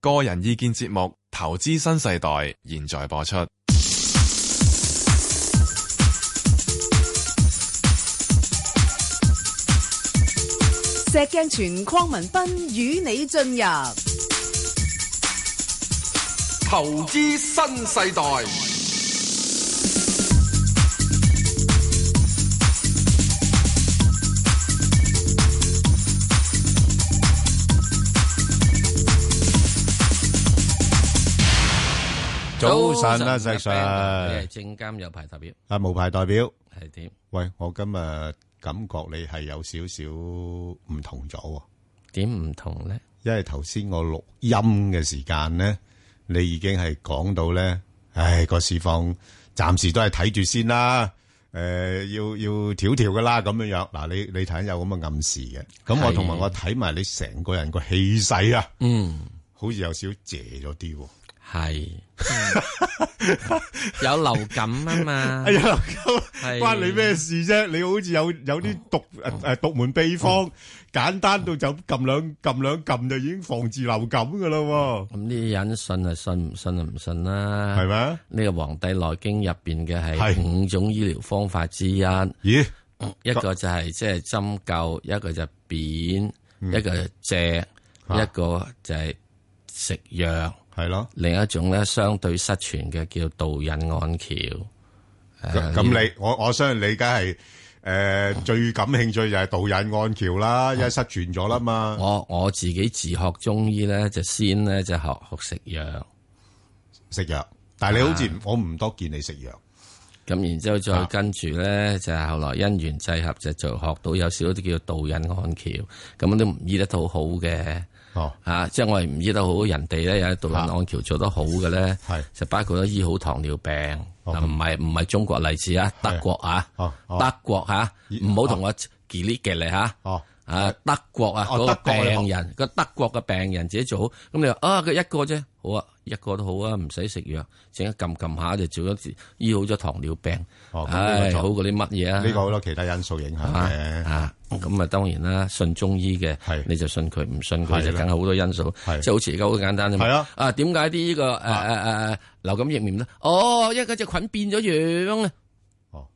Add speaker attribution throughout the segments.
Speaker 1: 個人意見節目《投資新世代》現在播出。
Speaker 2: 石鏡泉鄺民彬與你進入
Speaker 3: 投資新世代，
Speaker 4: 早
Speaker 5: 早
Speaker 4: 晨啊，石
Speaker 5: 石
Speaker 4: Sir
Speaker 5: 你係證監有牌代表，
Speaker 4: 啊，無牌代表，
Speaker 5: 係點？
Speaker 4: 喂，我今日感覺你係有少少唔同咗喎，
Speaker 5: 點唔同咧？
Speaker 4: 因為頭先我錄音嘅時間咧，你已經係講到咧，唉，個市況暫時都係睇住先啦，誒、要要調調噶啦，咁樣樣。嗱，你你睇有咁嘅暗示嘅，咁我
Speaker 5: 係
Speaker 4: 同埋我睇埋你成個人個氣勢啊，
Speaker 5: 嗯，
Speaker 4: 好似有少少謝咗啲喎。
Speaker 5: 係 有流感啊嘛
Speaker 4: 哎，呀，
Speaker 5: 係
Speaker 4: 關你咩事啫？你好似有有啲獨誒誒獨門秘方，簡單到就撳兩撳兩撳就已經防治流感噶啦，
Speaker 5: 咁呢啲人信就信，唔信就唔信啦。
Speaker 4: 係？咪？
Speaker 5: 呢個《黃帝內經》入邊嘅
Speaker 4: 係嗯
Speaker 5: 係五種醫療方法之一，
Speaker 4: 咦，
Speaker 5: 一個就係即係針灸，一個就扁，一個就借，
Speaker 4: 啊
Speaker 5: 一個就係食藥。
Speaker 4: 係咯，
Speaker 5: 另一種咧相對失傳嘅叫導引按橋。
Speaker 4: 咁咁你我我相信你梗係誒最感興趣就係導引安橋啦，因為失傳咗啦嘛，
Speaker 5: 我我自己自學中醫咧，就先咧就學學食藥，
Speaker 4: 食藥。但係你好似唔我唔多見你食藥，
Speaker 5: 咁然之後再跟住咧就係後來因緣際合就就學到有少少叫導引按竅，咁都唔醫得到好嘅。
Speaker 4: 哦，
Speaker 5: 吓、啊即係我哋唔醫得好，人哋咧有導引按橋做得好嘅咧
Speaker 4: 啊係，
Speaker 5: 就包括咗醫好糖尿病，啊
Speaker 4: 哦
Speaker 5: 嗱唔係唔係中國例子啊，德國啊，
Speaker 4: 哦哦
Speaker 5: 德國吓，唔好同我忌呢忌嚟吓。
Speaker 4: 哦，
Speaker 5: 啊，德國啊，
Speaker 4: 哦
Speaker 5: 嗰個
Speaker 4: 德國嘅
Speaker 5: 病人個德國嘅病人自己做好，咁你話啊，佢一個啫，好啊，一個都好啊，唔使食藥，整一撳撳下就做咗醫好咗糖尿病，
Speaker 4: 哦咁呢個
Speaker 5: 唉，
Speaker 4: 就
Speaker 5: 好過啲乜嘢啊？
Speaker 4: 呢個好多其他因素影響嘅。
Speaker 5: 啊啊，咁啊當然啦，信中醫嘅
Speaker 4: 嗯係
Speaker 5: 你就信佢，唔信
Speaker 4: 係
Speaker 5: 佢
Speaker 4: 啦
Speaker 5: 就梗係好多因素，
Speaker 4: 係
Speaker 5: 即係好似而家好簡單啫嘛。
Speaker 4: 係啊
Speaker 5: 啊點解啲呢個誒誒誒流感疫苗咧？哦，因為嗰只菌變咗樣啊！
Speaker 4: 哦，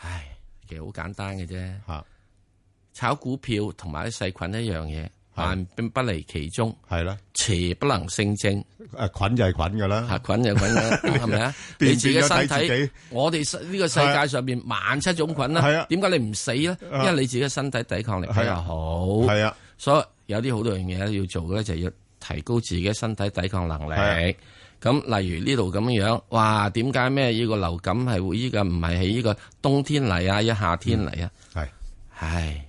Speaker 5: 唉，其實好簡單嘅啫。
Speaker 4: 嚇，
Speaker 5: 炒股票同埋啲細菌一樣嘢，萬變不離其宗，
Speaker 4: 係啦，
Speaker 5: 邪不能勝正。
Speaker 4: 誒菌就係菌噶啦，
Speaker 5: 嚇菌就菌啦，係咪啊？
Speaker 4: 啊 變
Speaker 5: 你自己
Speaker 4: 變咗
Speaker 5: 身
Speaker 4: 睇自
Speaker 5: 體
Speaker 4: 己，啊
Speaker 5: 我哋世呢個世界上面萬七種菌
Speaker 4: 係啊
Speaker 5: 啦，點解你唔死咧？因
Speaker 4: 啊
Speaker 5: 為你自己嘅身體抵抗力比
Speaker 4: 係
Speaker 5: 較
Speaker 4: 啊
Speaker 5: 好，
Speaker 4: 係啊，
Speaker 5: 所以有啲好多樣嘢要做嘅就係要提高自己身體抵抗能
Speaker 4: 係啊
Speaker 5: 力。咁例如呢度咁樣，哇！點解咩呢個流感係會呢個唔係喺呢個冬天嚟啊，一夏天嚟啊？
Speaker 4: 嗯係。
Speaker 5: 唉。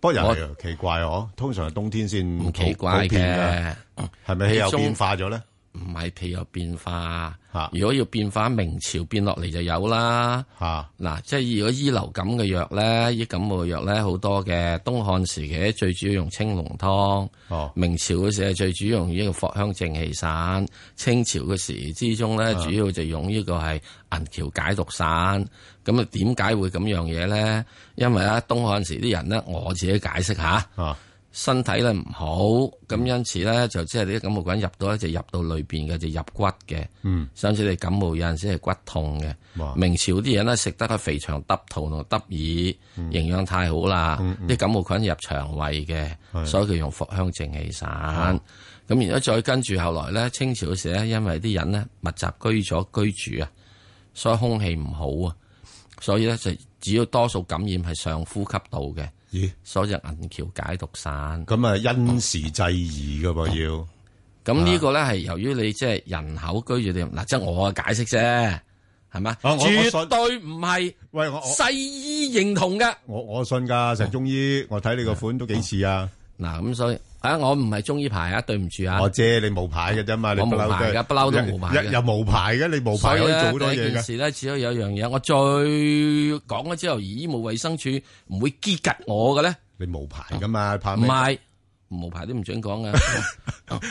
Speaker 4: 不過又係奇怪哦，通常係冬天先
Speaker 5: 唔奇
Speaker 4: 普
Speaker 5: 怪
Speaker 4: 普遍啊
Speaker 5: 嘅，
Speaker 4: 㗎，係咪氣候
Speaker 5: 你中
Speaker 4: 變化咗咧？
Speaker 5: 唔係譬如有變化
Speaker 4: 嚇。
Speaker 5: 如果要變化，明朝變落嚟就有啦。
Speaker 4: 嚇
Speaker 5: 嗱，即係如果醫流感嘅藥咧，醫感冒嘅藥咧好多嘅。東漢時期最主要用青龍湯，
Speaker 4: 哦
Speaker 5: 明朝嗰時係最主要用呢個藿香正氣散，清朝嘅時之中咧主要就用呢個係銀翹解毒散。咁啊，點解會咁樣嘢咧？因為咧東漢時啲人咧，我自己解釋下。
Speaker 4: 啊
Speaker 5: 身體咧唔好，
Speaker 4: 嗯
Speaker 5: 咁因此咧就即係啲感冒菌入到咧就入到裏邊嘅，就入骨嘅。
Speaker 4: 嗯，
Speaker 5: 甚至你感冒有陣時係骨痛嘅
Speaker 4: 哇。
Speaker 5: 明朝啲人咧食得個肥腸耷肚同耷耳，
Speaker 4: 嗯
Speaker 5: 營養太好啦，啲感冒菌入腸胃嘅，所以佢用藿香正氣
Speaker 4: 啊
Speaker 5: 散。咁然之後再跟住後來咧，清朝嗰時咧，因為啲人咧密集居咗居住啊，所以空氣唔好啊，所以咧就只要多數感染係上呼吸道嘅。
Speaker 4: 咦，
Speaker 5: 所以就銀翹解毒散。
Speaker 4: 咁啊因時制宜噶噃要
Speaker 5: 咁呢個咧係由於你即係人口居住地，嗱，即係我嘅解釋啫，係嘛？
Speaker 4: 我我
Speaker 5: 絕
Speaker 4: 信
Speaker 5: 對唔係
Speaker 4: 喂我我
Speaker 5: 西醫認同嘅。
Speaker 4: 我我信㗎石中醫，我睇你個款都幾似啊！
Speaker 5: 嗱，咁所以啊，我唔係中醫牌啊，對唔住啊
Speaker 4: 我。知你無牌嘅啫嘛，你
Speaker 5: 我無
Speaker 4: 嬲
Speaker 5: 牌
Speaker 4: 都係
Speaker 5: 㗎不嬲都無牌
Speaker 4: 有
Speaker 5: 㗎
Speaker 4: 有無牌嘅，你無
Speaker 5: 所
Speaker 4: 牌
Speaker 5: 以
Speaker 4: 可以做
Speaker 5: 咧，
Speaker 4: 好多
Speaker 5: 第一
Speaker 4: 嘢
Speaker 5: 件
Speaker 4: 㗎。
Speaker 5: 事咧，只有有一樣嘢，我最講咗之後，而醫務衛生署唔會激吉我嘅咧，
Speaker 4: 你無牌㗎嘛，怕
Speaker 5: 唔
Speaker 4: 咩？
Speaker 5: 係無牌都唔准 講嘅。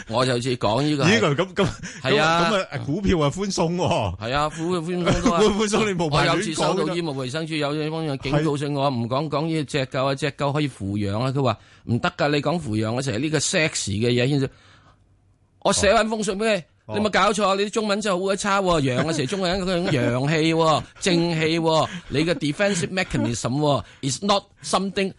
Speaker 5: 我就似講呢個係
Speaker 4: 咦咁咁咁
Speaker 5: 係啊
Speaker 4: 咁啊股票啊寬鬆喎，
Speaker 5: 係啊，苦苦 寬鬆都啊
Speaker 4: 寬寬鬆你無
Speaker 5: 我
Speaker 4: 牌
Speaker 5: 有
Speaker 4: 亂
Speaker 5: 次
Speaker 4: 講
Speaker 5: 收
Speaker 4: 㗎
Speaker 5: 到醫務衛生署有啲網友警告信我，唔講講呢只狗啊，只狗可以扶養啊。佢話唔得㗎，你講扶養嘅時候呢個 sex 嘅嘢牽涉。我寫緊封信俾你，
Speaker 4: 哦
Speaker 5: 你咪搞錯，你啲中文真係好鬼差喎！陽嘅時候中文佢講陽氣喎、正氣喎，你嘅 defensive mechanism 喎 is not something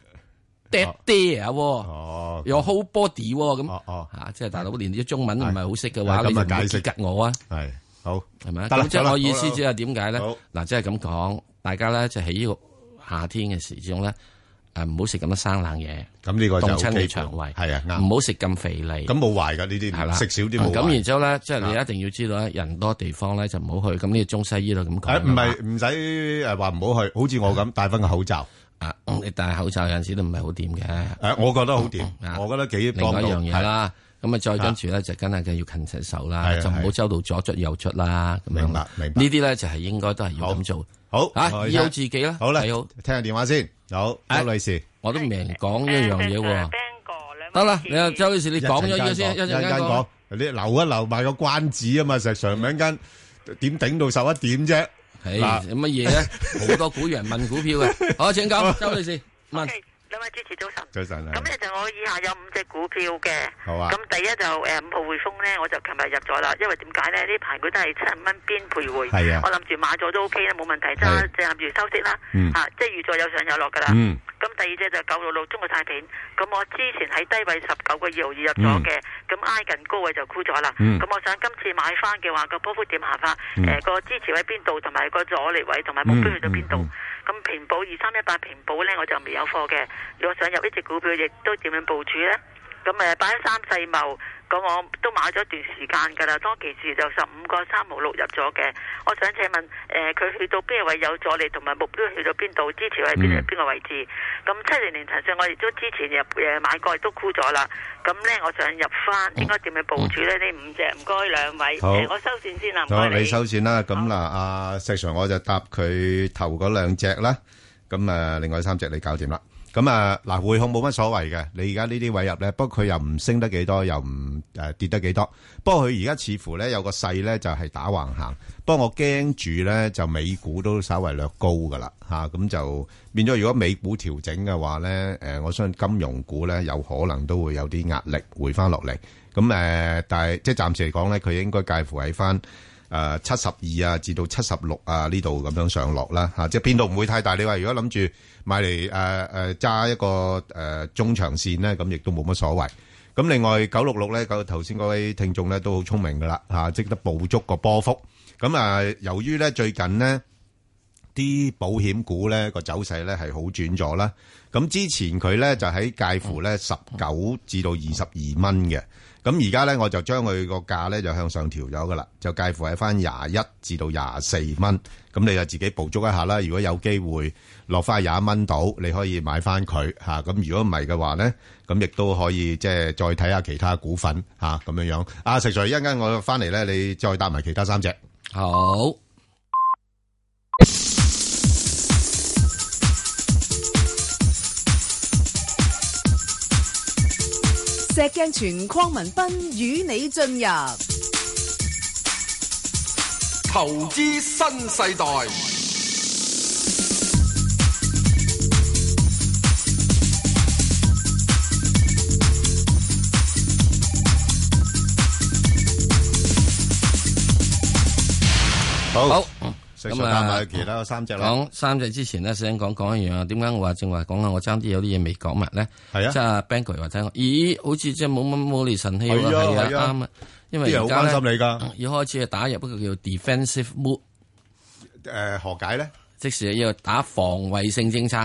Speaker 5: dead there 喎。
Speaker 4: 哦，
Speaker 5: 有 whole body 喎咁
Speaker 4: 哦哦
Speaker 5: 嚇，即係大佬連啲中文都唔係好識嘅話，
Speaker 4: 係咁
Speaker 5: 你就
Speaker 4: 啊
Speaker 5: 唔
Speaker 4: 解
Speaker 5: 會
Speaker 4: 釋
Speaker 5: 激我啊，
Speaker 4: 係好，
Speaker 5: 係咪啊？
Speaker 4: 得
Speaker 5: 咁
Speaker 4: 啦
Speaker 5: 即
Speaker 4: 得啦
Speaker 5: 係我意思
Speaker 4: 好啦
Speaker 5: 即係點解咧
Speaker 4: 好？
Speaker 5: 嗱，即係咁講，大家咧就喺呢個夏天嘅時鐘咧，誒唔好食咁多生冷嘢，
Speaker 4: 咁呢個哦就
Speaker 5: 凍親你
Speaker 4: OK
Speaker 5: 腸胃，
Speaker 4: 係啊
Speaker 5: 唔
Speaker 4: 啱，
Speaker 5: 好食咁肥膩。
Speaker 4: 咁冇壞噶呢
Speaker 5: 係啦，
Speaker 4: 啲，食少啲冇
Speaker 5: 咁然
Speaker 4: 壞。啊
Speaker 5: 之後咧，即係你一定要知道咧，人多地方咧就唔好去。咁呢個中西醫都咁
Speaker 4: 誒
Speaker 5: 講。
Speaker 4: 啊唔係唔使誒話唔好去，好似我咁戴翻個口罩，
Speaker 5: 啊，你戴口罩有陣時都唔係好掂嘅。
Speaker 4: 誒我覺得好掂
Speaker 5: 啊，
Speaker 4: 我覺得幾
Speaker 5: 另
Speaker 4: 幫
Speaker 5: 外
Speaker 4: 到。
Speaker 5: 一樣嘢
Speaker 4: 係
Speaker 5: 啦，咁啊再跟住咧就梗係嘅要勤洗手啦
Speaker 4: 係，啊
Speaker 5: 就唔
Speaker 4: 係
Speaker 5: 好
Speaker 4: 啊
Speaker 5: 周到左出右出啦。咁樣
Speaker 4: 明白明白
Speaker 5: 呢啲咧就係應該都係要咁做。
Speaker 4: 好，
Speaker 5: 嚇，
Speaker 4: 我哋
Speaker 5: 醫好
Speaker 4: 聽
Speaker 5: 自己啦。
Speaker 4: 好啦，
Speaker 5: 你好，
Speaker 4: 聽下電話先。好，
Speaker 5: 哎
Speaker 4: 周女士，
Speaker 5: 我都未人講呢樣嘢 喎。得
Speaker 6: 得
Speaker 5: 啦
Speaker 6: 啦，，
Speaker 5: 你
Speaker 6: 你
Speaker 5: 啊
Speaker 6: 啊，
Speaker 5: 周女士，你講咗呢個先，一陣
Speaker 4: 一陣
Speaker 5: 間
Speaker 4: 間
Speaker 5: 講
Speaker 4: 講。。你留一留埋個關子啊嘛，石 Sir 咪一間點頂到十一點啫。
Speaker 5: 唉，
Speaker 4: 嗱
Speaker 5: 乜嘢咧？ 好多股人問股票 嘅。好，請講，周女士問。
Speaker 6: 兩位主持早晨。
Speaker 4: 早晨啊
Speaker 6: 咁，咧就我以下有五隻股票嘅。
Speaker 4: 好啊
Speaker 6: 咁第一就誒呃五號匯豐咧，我就琴日入咗啦，因為點解咧？呢排佢都係七蚊邊徘徊。
Speaker 4: 係啊
Speaker 6: 我諗住買咗都 OK 啦，冇問題，
Speaker 4: 係
Speaker 6: 揸正諗住收息啦。
Speaker 4: 嗯
Speaker 6: 啊，即係預咗有上有落噶啦。
Speaker 4: 嗯
Speaker 6: 咁第二隻就九六六中國太平，咁我之前喺低位十九個二毫二入咗嘅，咁、挨近高位就沽咗啦。咁、
Speaker 4: 嗯
Speaker 6: 我想今次買翻嘅話，個波幅點行法？
Speaker 4: 嗯
Speaker 6: 誒、個支持位邊度，同埋個阻力位，同埋目標去到邊度
Speaker 4: 嗯嗯？
Speaker 6: 咁、平保二三一八平保呢，我就未有貨嘅。如果想入呢只股票，亦都點樣部署呢？咁誒，擺三世貿，咁我都買咗一段時間㗎啦。當其時就十五個三毫六入咗嘅。我想請問誒，佢、去到邊個位有阻力，同埋目標去到邊度，支持位邊
Speaker 4: 嗯
Speaker 6: 邊個位置？咁七零年騰訊我亦都之前入誒買過，亦都沽咗啦。咁咧，我想入翻，應該點樣部署咧？呢五隻唔該兩位，
Speaker 4: 好
Speaker 6: 誒我收線先啦，唔
Speaker 4: 好，
Speaker 6: 該
Speaker 4: 你收線啦。咁嗱，阿石 Sir 我就答佢頭嗰兩隻啦。咁啊，另外三隻你搞掂啦。咁啊，嗱，匯控冇乜所謂嘅。你而家呢啲位入咧，不過佢又唔升得幾多，又唔誒跌得幾多。不過佢而家似乎咧有個勢咧就係打橫行。不過我驚住咧就美股都稍為略高噶啦嚇，咁、就變咗如果美股調整嘅話咧，誒、我相信金融股咧有可能都會有啲壓力回翻落嚟。咁誒、但係即係暫時嚟講咧，佢應該介乎喺翻。誒七十二啊，至到七十六啊呢度咁樣上落啦嚇，即係變動唔會太大。你話如果諗住買嚟誒誒揸一個誒、呃中長線咧，咁亦都冇乜所謂。咁另外九六六咧，九頭先嗰位聽眾咧都好聰明噶啦嚇，即得捕捉個波幅。咁啊，由於咧最近呢啲保險股咧個走勢咧係好轉咗啦。咁之前佢咧就喺介乎咧十九至到二十二蚊嘅。咁而家咧我就將佢個價咧就向上調咗噶啦，就介乎喺翻廿一至到廿四蚊。咁你就自己捕捉一下啦。如果有機會落翻廿蚊到，你可以買翻佢嚇。咁、如果唔係嘅話咧，咁亦都可以即係再睇下其他股份嚇咁、樣樣。啊，石 Sir，一陣間我翻嚟咧，你再答埋其他三隻。
Speaker 5: 啊好。
Speaker 2: 石鏡泉邝文斌與你進入
Speaker 3: 投資新世代，
Speaker 4: 好，
Speaker 5: 好
Speaker 4: 石
Speaker 5: 咁
Speaker 4: Sir
Speaker 5: 啊
Speaker 4: 答埋其他三隻啦。
Speaker 5: 講三隻之前咧，想講講一樣啊。點解我話正話講啦？我爭啲有啲嘢未講埋咧。
Speaker 4: 係啊
Speaker 5: 即係 Bang 哥又話聽我，咦，好似即係冇乜冇力神氣喎。
Speaker 4: 係啊
Speaker 5: 係
Speaker 4: 係啊
Speaker 5: 啱啊。因
Speaker 4: 啲
Speaker 5: 為
Speaker 4: 人
Speaker 5: 而
Speaker 4: 好
Speaker 5: 家
Speaker 4: 關心
Speaker 5: 咧，
Speaker 4: 你㗎。
Speaker 5: 要開始打入一個叫 defensive mood，
Speaker 4: 誒、何解咧？
Speaker 5: 即是要打防衛性政策。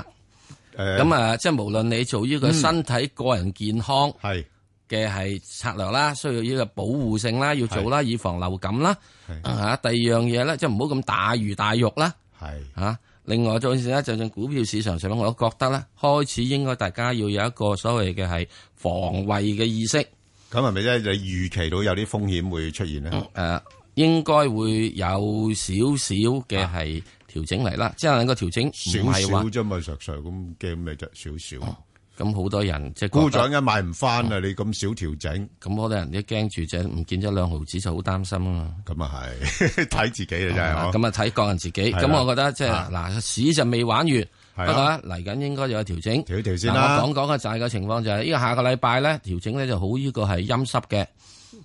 Speaker 4: 誒
Speaker 5: 咁啊，即係無論你做呢
Speaker 4: 嗯
Speaker 5: 個身體個人健康
Speaker 4: 係
Speaker 5: 嘅係策略啦，需要呢個保護性啦，要做啦，以防流感啦。
Speaker 4: 係
Speaker 5: 啊，第二樣嘢咧，即係唔好咁大魚大肉啦。
Speaker 4: 係
Speaker 5: 嚇、另外，再時咧，就算股票市場上面，我覺得咧，開始應該大家要有一個所謂嘅係防衞嘅意識，誒、
Speaker 4: 咁係咪咧？你預期到有啲風險會出現咧？
Speaker 5: 啊應該會有少少嘅係調整嚟啦。即係個調整唔
Speaker 4: 少
Speaker 5: 係
Speaker 4: 啊少
Speaker 5: 話
Speaker 4: 啫嘛，石 Sir 咁嘅咪就少少，
Speaker 5: 咁好多人即係
Speaker 4: 沽
Speaker 5: 覺
Speaker 4: 咗
Speaker 5: 得，
Speaker 4: 一買唔翻啊！你咁少調整，
Speaker 5: 咁好多人一驚住就唔見咗兩毫子就好擔心啊嘛。
Speaker 4: 咁啊係 睇自己啦真係
Speaker 5: 啊
Speaker 4: 嗬。
Speaker 5: 咁啊睇個人自己。
Speaker 4: 係啦
Speaker 5: 咁我覺得即係
Speaker 4: 啊
Speaker 5: 嗱，市就未玩完，
Speaker 4: 啊
Speaker 5: 不過咧嚟緊應該有調整。
Speaker 4: 調一調先啦
Speaker 5: 嗱我講講嘅就係個情況就係呢個下個禮拜咧調整咧就好呢個係陰濕嘅。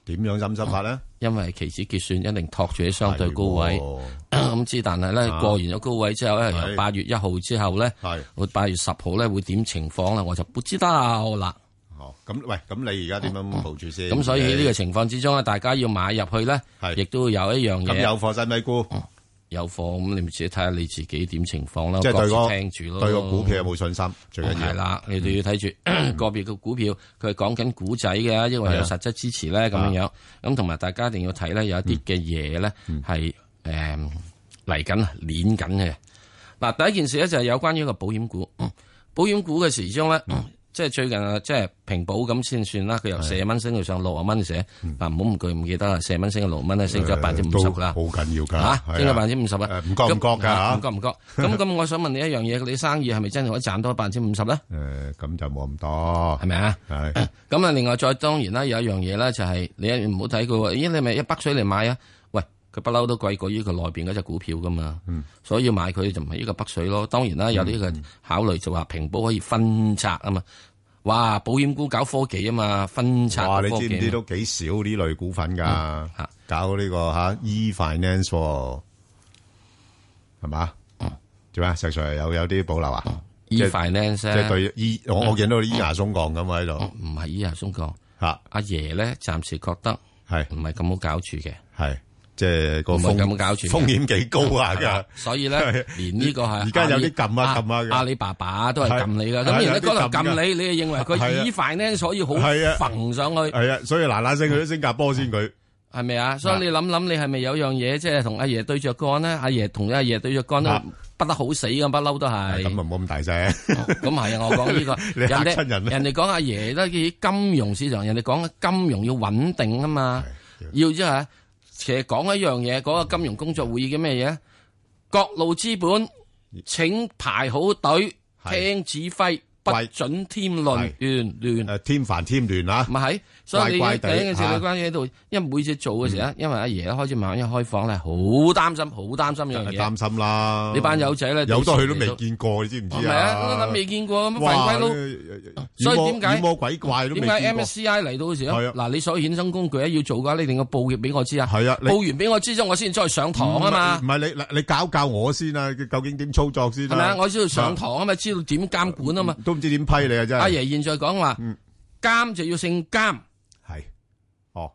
Speaker 4: 點樣審濕法咧？
Speaker 5: 因為期指結算一定托住喺相對高位，
Speaker 4: 係
Speaker 5: 咁之但係咧
Speaker 4: 啊
Speaker 5: 過完咗高位之後咧，
Speaker 4: 係
Speaker 5: 由八月一號之後咧，
Speaker 4: 喎，係
Speaker 5: 我八月十號咧會點情況咧，我就不知道啦。
Speaker 4: 哦，咁喂，咁你而家點樣部署先？
Speaker 5: 咁所以喺呢個情況之中咧，大家要買入去咧，
Speaker 4: 係
Speaker 5: 亦都有一樣
Speaker 4: 咁
Speaker 5: 嘢
Speaker 4: 有貨使咪沽？
Speaker 5: 有貨，咁你咪自己睇下你自己點情況啦，
Speaker 4: 即係對
Speaker 5: 各自
Speaker 4: 個
Speaker 5: 聽住咯，
Speaker 4: 對個股票有冇信心最緊
Speaker 5: 哦係
Speaker 4: 要？嗯
Speaker 5: 啦，你哋要睇住 個別嘅股票，佢係講緊股仔嘅，因為有
Speaker 4: 係啊
Speaker 5: 實質支持咧咁樣樣。咁同埋大家一定要睇咧，有一啲嘅嘢咧
Speaker 4: 嗯
Speaker 5: 係誒嚟緊啊，攣緊嘅。嗱，第一件事咧就係有關於個保險股， 嗯保險股嘅時鐘咧。
Speaker 4: 嗯
Speaker 5: 即係最近啊，即係平保咁先算啦。佢由四蚊升到上六啊蚊寫，
Speaker 4: 嗯
Speaker 5: 嗱唔好唔記唔記得啦，四蚊升到六蚊咧，升咗百分之五十啦。
Speaker 4: 都好緊要㗎，
Speaker 5: 吓，
Speaker 4: 係
Speaker 5: 應該
Speaker 4: 啊
Speaker 5: 百分之五十啊，
Speaker 4: 誒唔覺唔覺㗎
Speaker 5: 咁啊
Speaker 4: 嚇
Speaker 5: 唔覺唔覺。咁咁，我想問你一樣嘢，你生意係咪真係可以賺多百分之五十咧？
Speaker 4: 誒，咁就冇咁多，
Speaker 5: 係咪啊？
Speaker 4: 係
Speaker 5: 咁啊，另外再當然啦，有一樣嘢啦，就係你唔好睇佢喎，咦？你咪一北水嚟買啊？喂，佢不嬲都貴過於佢內邊嗰只股票噶嘛，
Speaker 4: 嗯
Speaker 5: 所以要買佢就唔係呢個北水咯。當然啦，有呢個考慮就話平保可以分拆啊嘛。哇，保險股搞科技啊嘛，分拆
Speaker 4: 哇！
Speaker 5: 個
Speaker 4: 你
Speaker 5: 科
Speaker 4: 知唔
Speaker 5: 技
Speaker 4: 知
Speaker 5: 啊嘛
Speaker 4: 都幾少呢類股份㗎？
Speaker 5: 嚇
Speaker 4: 搞呢個嚇 e finance 喎係嘛？做咩？石 Sir 有有啲保留啊？即係
Speaker 5: ？e-finance
Speaker 4: 即係
Speaker 5: 咧
Speaker 4: 對 e，我我見到你咿牙鬆降咁喺度
Speaker 5: 唔係依牙松講，
Speaker 4: 嚇，
Speaker 5: 阿爺咧暫時覺得
Speaker 4: 係
Speaker 5: 唔係咁好搞住嘅。
Speaker 4: 係即係個
Speaker 5: 唔係
Speaker 4: 風
Speaker 5: 咁搞住嘅
Speaker 4: 風險幾高 啊！
Speaker 5: 係啦
Speaker 4: 㗎
Speaker 5: 所以咧，連呢個係
Speaker 4: 而家有啲撳啊
Speaker 5: 阿
Speaker 4: 撳啊嘅
Speaker 5: 阿里巴巴都係撳你噶。
Speaker 4: 係
Speaker 5: 咁而
Speaker 4: 有
Speaker 5: 家
Speaker 4: 啲
Speaker 5: 嗰度
Speaker 4: 撳㗎
Speaker 5: 撳你，你就認為
Speaker 4: 係啊
Speaker 5: 佢以快呢，所以好
Speaker 4: 係啊
Speaker 5: 揈上去，
Speaker 4: 係啊，所以嗱嗱聲去咗新加坡先佢
Speaker 5: 係咪啊？所以你諗諗，你係咪有樣嘢即係同阿爺對着幹呢？阿爺同阿爺對着幹都
Speaker 4: 啊
Speaker 5: 不得好死咁，不嬲都係。
Speaker 4: 咁啊，
Speaker 5: 咁
Speaker 4: 唔好咁 大聲。
Speaker 5: 係啊，我講呢個
Speaker 4: 你
Speaker 5: 人
Speaker 4: 嚇
Speaker 5: 哋
Speaker 4: 親人啊
Speaker 5: 人哋講阿爺都以金融市場，人哋講金融要穩定啊嘛。
Speaker 4: 係
Speaker 5: 要即係，其實講一樣嘢，嗰、個金融工作會議嘅咩嘢？各路資本請排好隊，
Speaker 4: 係
Speaker 5: 聽指揮，不
Speaker 4: 喂
Speaker 5: 准添亂
Speaker 4: 係
Speaker 5: 亂亂。
Speaker 4: 誒添煩添亂啊！
Speaker 5: 咪係，所以你
Speaker 4: 怪
Speaker 5: 呢
Speaker 4: 怪
Speaker 5: 第
Speaker 4: 地
Speaker 5: 一件事，
Speaker 4: 嚇
Speaker 5: 你關於喺度，因為每次做嘅時候咧，因為阿爺咧開始慢慢一開放咧，好擔心，好擔心呢樣嘢。
Speaker 4: 擔心啦。
Speaker 5: 你班友仔咧，
Speaker 4: 有多佢都
Speaker 5: 到時
Speaker 4: 未見過，你知唔
Speaker 5: 嚟到，
Speaker 4: 知
Speaker 5: 係啊，
Speaker 4: 啊？
Speaker 5: 都未見過咁犯
Speaker 4: 哇！
Speaker 5: 規都。
Speaker 4: ờ, 所
Speaker 5: 所以點解
Speaker 4: 妖魔鬼怪都未
Speaker 5: 點
Speaker 4: 見過
Speaker 5: 解 MSCI 嚟到嘅時候
Speaker 4: 係啊
Speaker 5: 嗱，你所有衍生工具咧要做嘅話，你一定要報業俾我知啊。
Speaker 4: 係啊你
Speaker 5: 報完俾我知之後，我先再上堂啊嘛。
Speaker 4: 唔係你你教教我先啊，究竟點操作先
Speaker 5: 系
Speaker 4: 啦？
Speaker 5: 咪啊？我知道上堂啊嘛，知道點監管啊嘛。
Speaker 4: 都唔知點批你啊，真係。
Speaker 5: 阿爺現在講話
Speaker 4: 嗯
Speaker 5: 監就要姓監，
Speaker 4: 係哦，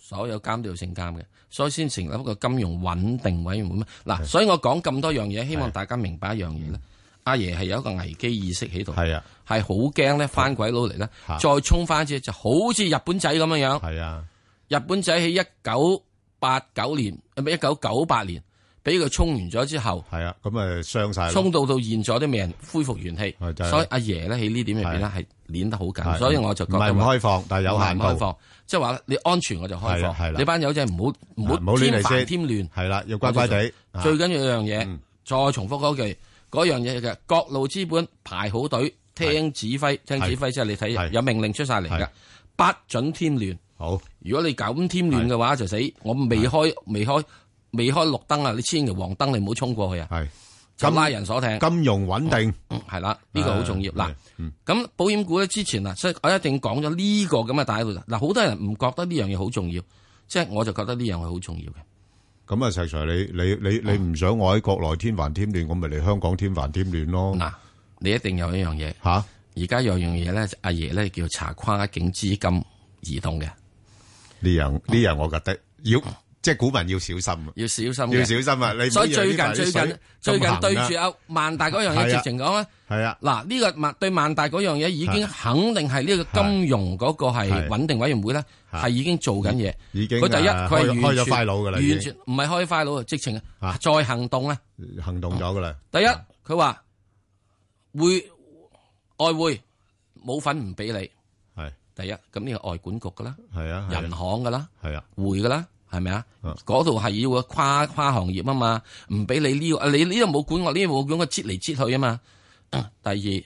Speaker 5: 所有監都要姓監嘅，所以先成立一個金融穩定委員會嘛。嗱，所以我講咁多樣嘢，希望大家明白一樣嘢咧。阿爺係有一個危機意識喺度，係
Speaker 4: 係啊，
Speaker 5: 好驚咧翻鬼佬嚟咧，
Speaker 4: 嚇
Speaker 5: 再衝翻次就好似日本仔咁樣樣。
Speaker 4: 係啊，
Speaker 5: 日本仔喺一九八九年，呃唔係一九九八年，俾佢衝完咗之後，
Speaker 4: 係啊，咁啊傷晒咯
Speaker 5: 衝到到現在都未人恢復元氣
Speaker 4: 係就，係
Speaker 5: 所以阿爺咧喺呢點入邊咧係攣得好緊，所以我就覺
Speaker 4: 唔係
Speaker 5: 得
Speaker 4: 唔
Speaker 5: 話
Speaker 4: 開放，但係有
Speaker 5: 唔
Speaker 4: 限
Speaker 5: 開
Speaker 4: 度。
Speaker 5: 放，即係話咧你安全我就開
Speaker 4: 係啦係
Speaker 5: 放，
Speaker 4: 啦
Speaker 5: 你班友仔唔好唔
Speaker 4: 啊唔好
Speaker 5: 好
Speaker 4: 亂
Speaker 5: 添
Speaker 4: 嚟
Speaker 5: 煩
Speaker 4: 先
Speaker 5: 添亂，
Speaker 4: 係啦，要乖乖地。啊
Speaker 5: 最緊要一樣嘢
Speaker 4: 嗯，
Speaker 5: 再重複嗰句嗰樣嘢嘅各路資本排好隊，聽指揮，聽指揮即係你
Speaker 4: 係
Speaker 5: 睇有命令出晒嚟㗎，不准添亂。
Speaker 4: 好
Speaker 5: 如果你咁添亂嘅話就死，我未開未開未開綠燈啊！你千祈黃燈你唔好衝過去啊！
Speaker 4: 係
Speaker 5: 就拉人所艇。嗯
Speaker 4: 金融穩定
Speaker 5: 係啦，呢
Speaker 4: À,
Speaker 5: 個好重要。嗱
Speaker 4: 係嗯，
Speaker 5: 咁保險股咧之前啊，所以我一定講咗呢個咁嘅大度。嗱，好多人唔覺得呢樣嘢好重要，即係我就覺得呢樣嘢好重要嘅。
Speaker 4: 咁啊，石 Sir，你你你你唔想我喺國內添煩添亂，我咪嚟香港添煩添亂咯。
Speaker 5: 嗱，你一定有一樣嘢，
Speaker 4: 吓
Speaker 5: 而家有樣嘢咧，就阿爺咧叫查跨境資金移動嘅，
Speaker 4: 呢樣呢樣，我覺得要即係股民要小心啊。
Speaker 5: 要小心
Speaker 4: 要
Speaker 5: 嗯嘅。
Speaker 4: 小心啊！你
Speaker 5: 所以最近最近最近對住
Speaker 4: 啊，
Speaker 5: 阿萬大嗰樣嘢，
Speaker 4: 係啊
Speaker 5: 直情講咧，
Speaker 4: 系啊，
Speaker 5: 嗱呢個萬對萬大嗰樣嘢已經肯定係呢個金融嗰個
Speaker 4: 係
Speaker 5: 係穩定委員會咧，
Speaker 4: 係
Speaker 5: 係已經做緊嘢。
Speaker 4: 已經
Speaker 5: 佢第一，
Speaker 4: 啊
Speaker 5: 佢係
Speaker 4: 開
Speaker 5: 完
Speaker 4: 開咗
Speaker 5: 全
Speaker 4: file 㗎啦，已經
Speaker 5: 完全唔係開 file 啊，直情
Speaker 4: 啊
Speaker 5: 啊再行動咧。
Speaker 4: 行動咗噶啦，
Speaker 5: 第一，佢話會外匯冇份唔俾你。
Speaker 4: 係
Speaker 5: 第一，咁呢個外管局噶啦，
Speaker 4: 係啊，
Speaker 5: 人行噶啦，
Speaker 4: 係啊，
Speaker 5: 匯噶啦，係咪啊
Speaker 4: 嗯？
Speaker 5: 嗰度係要跨跨行業啊嘛，唔俾你呢個，你呢度冇管我，呢度冇管我，擠嚟擠去啊嘛。 第二，第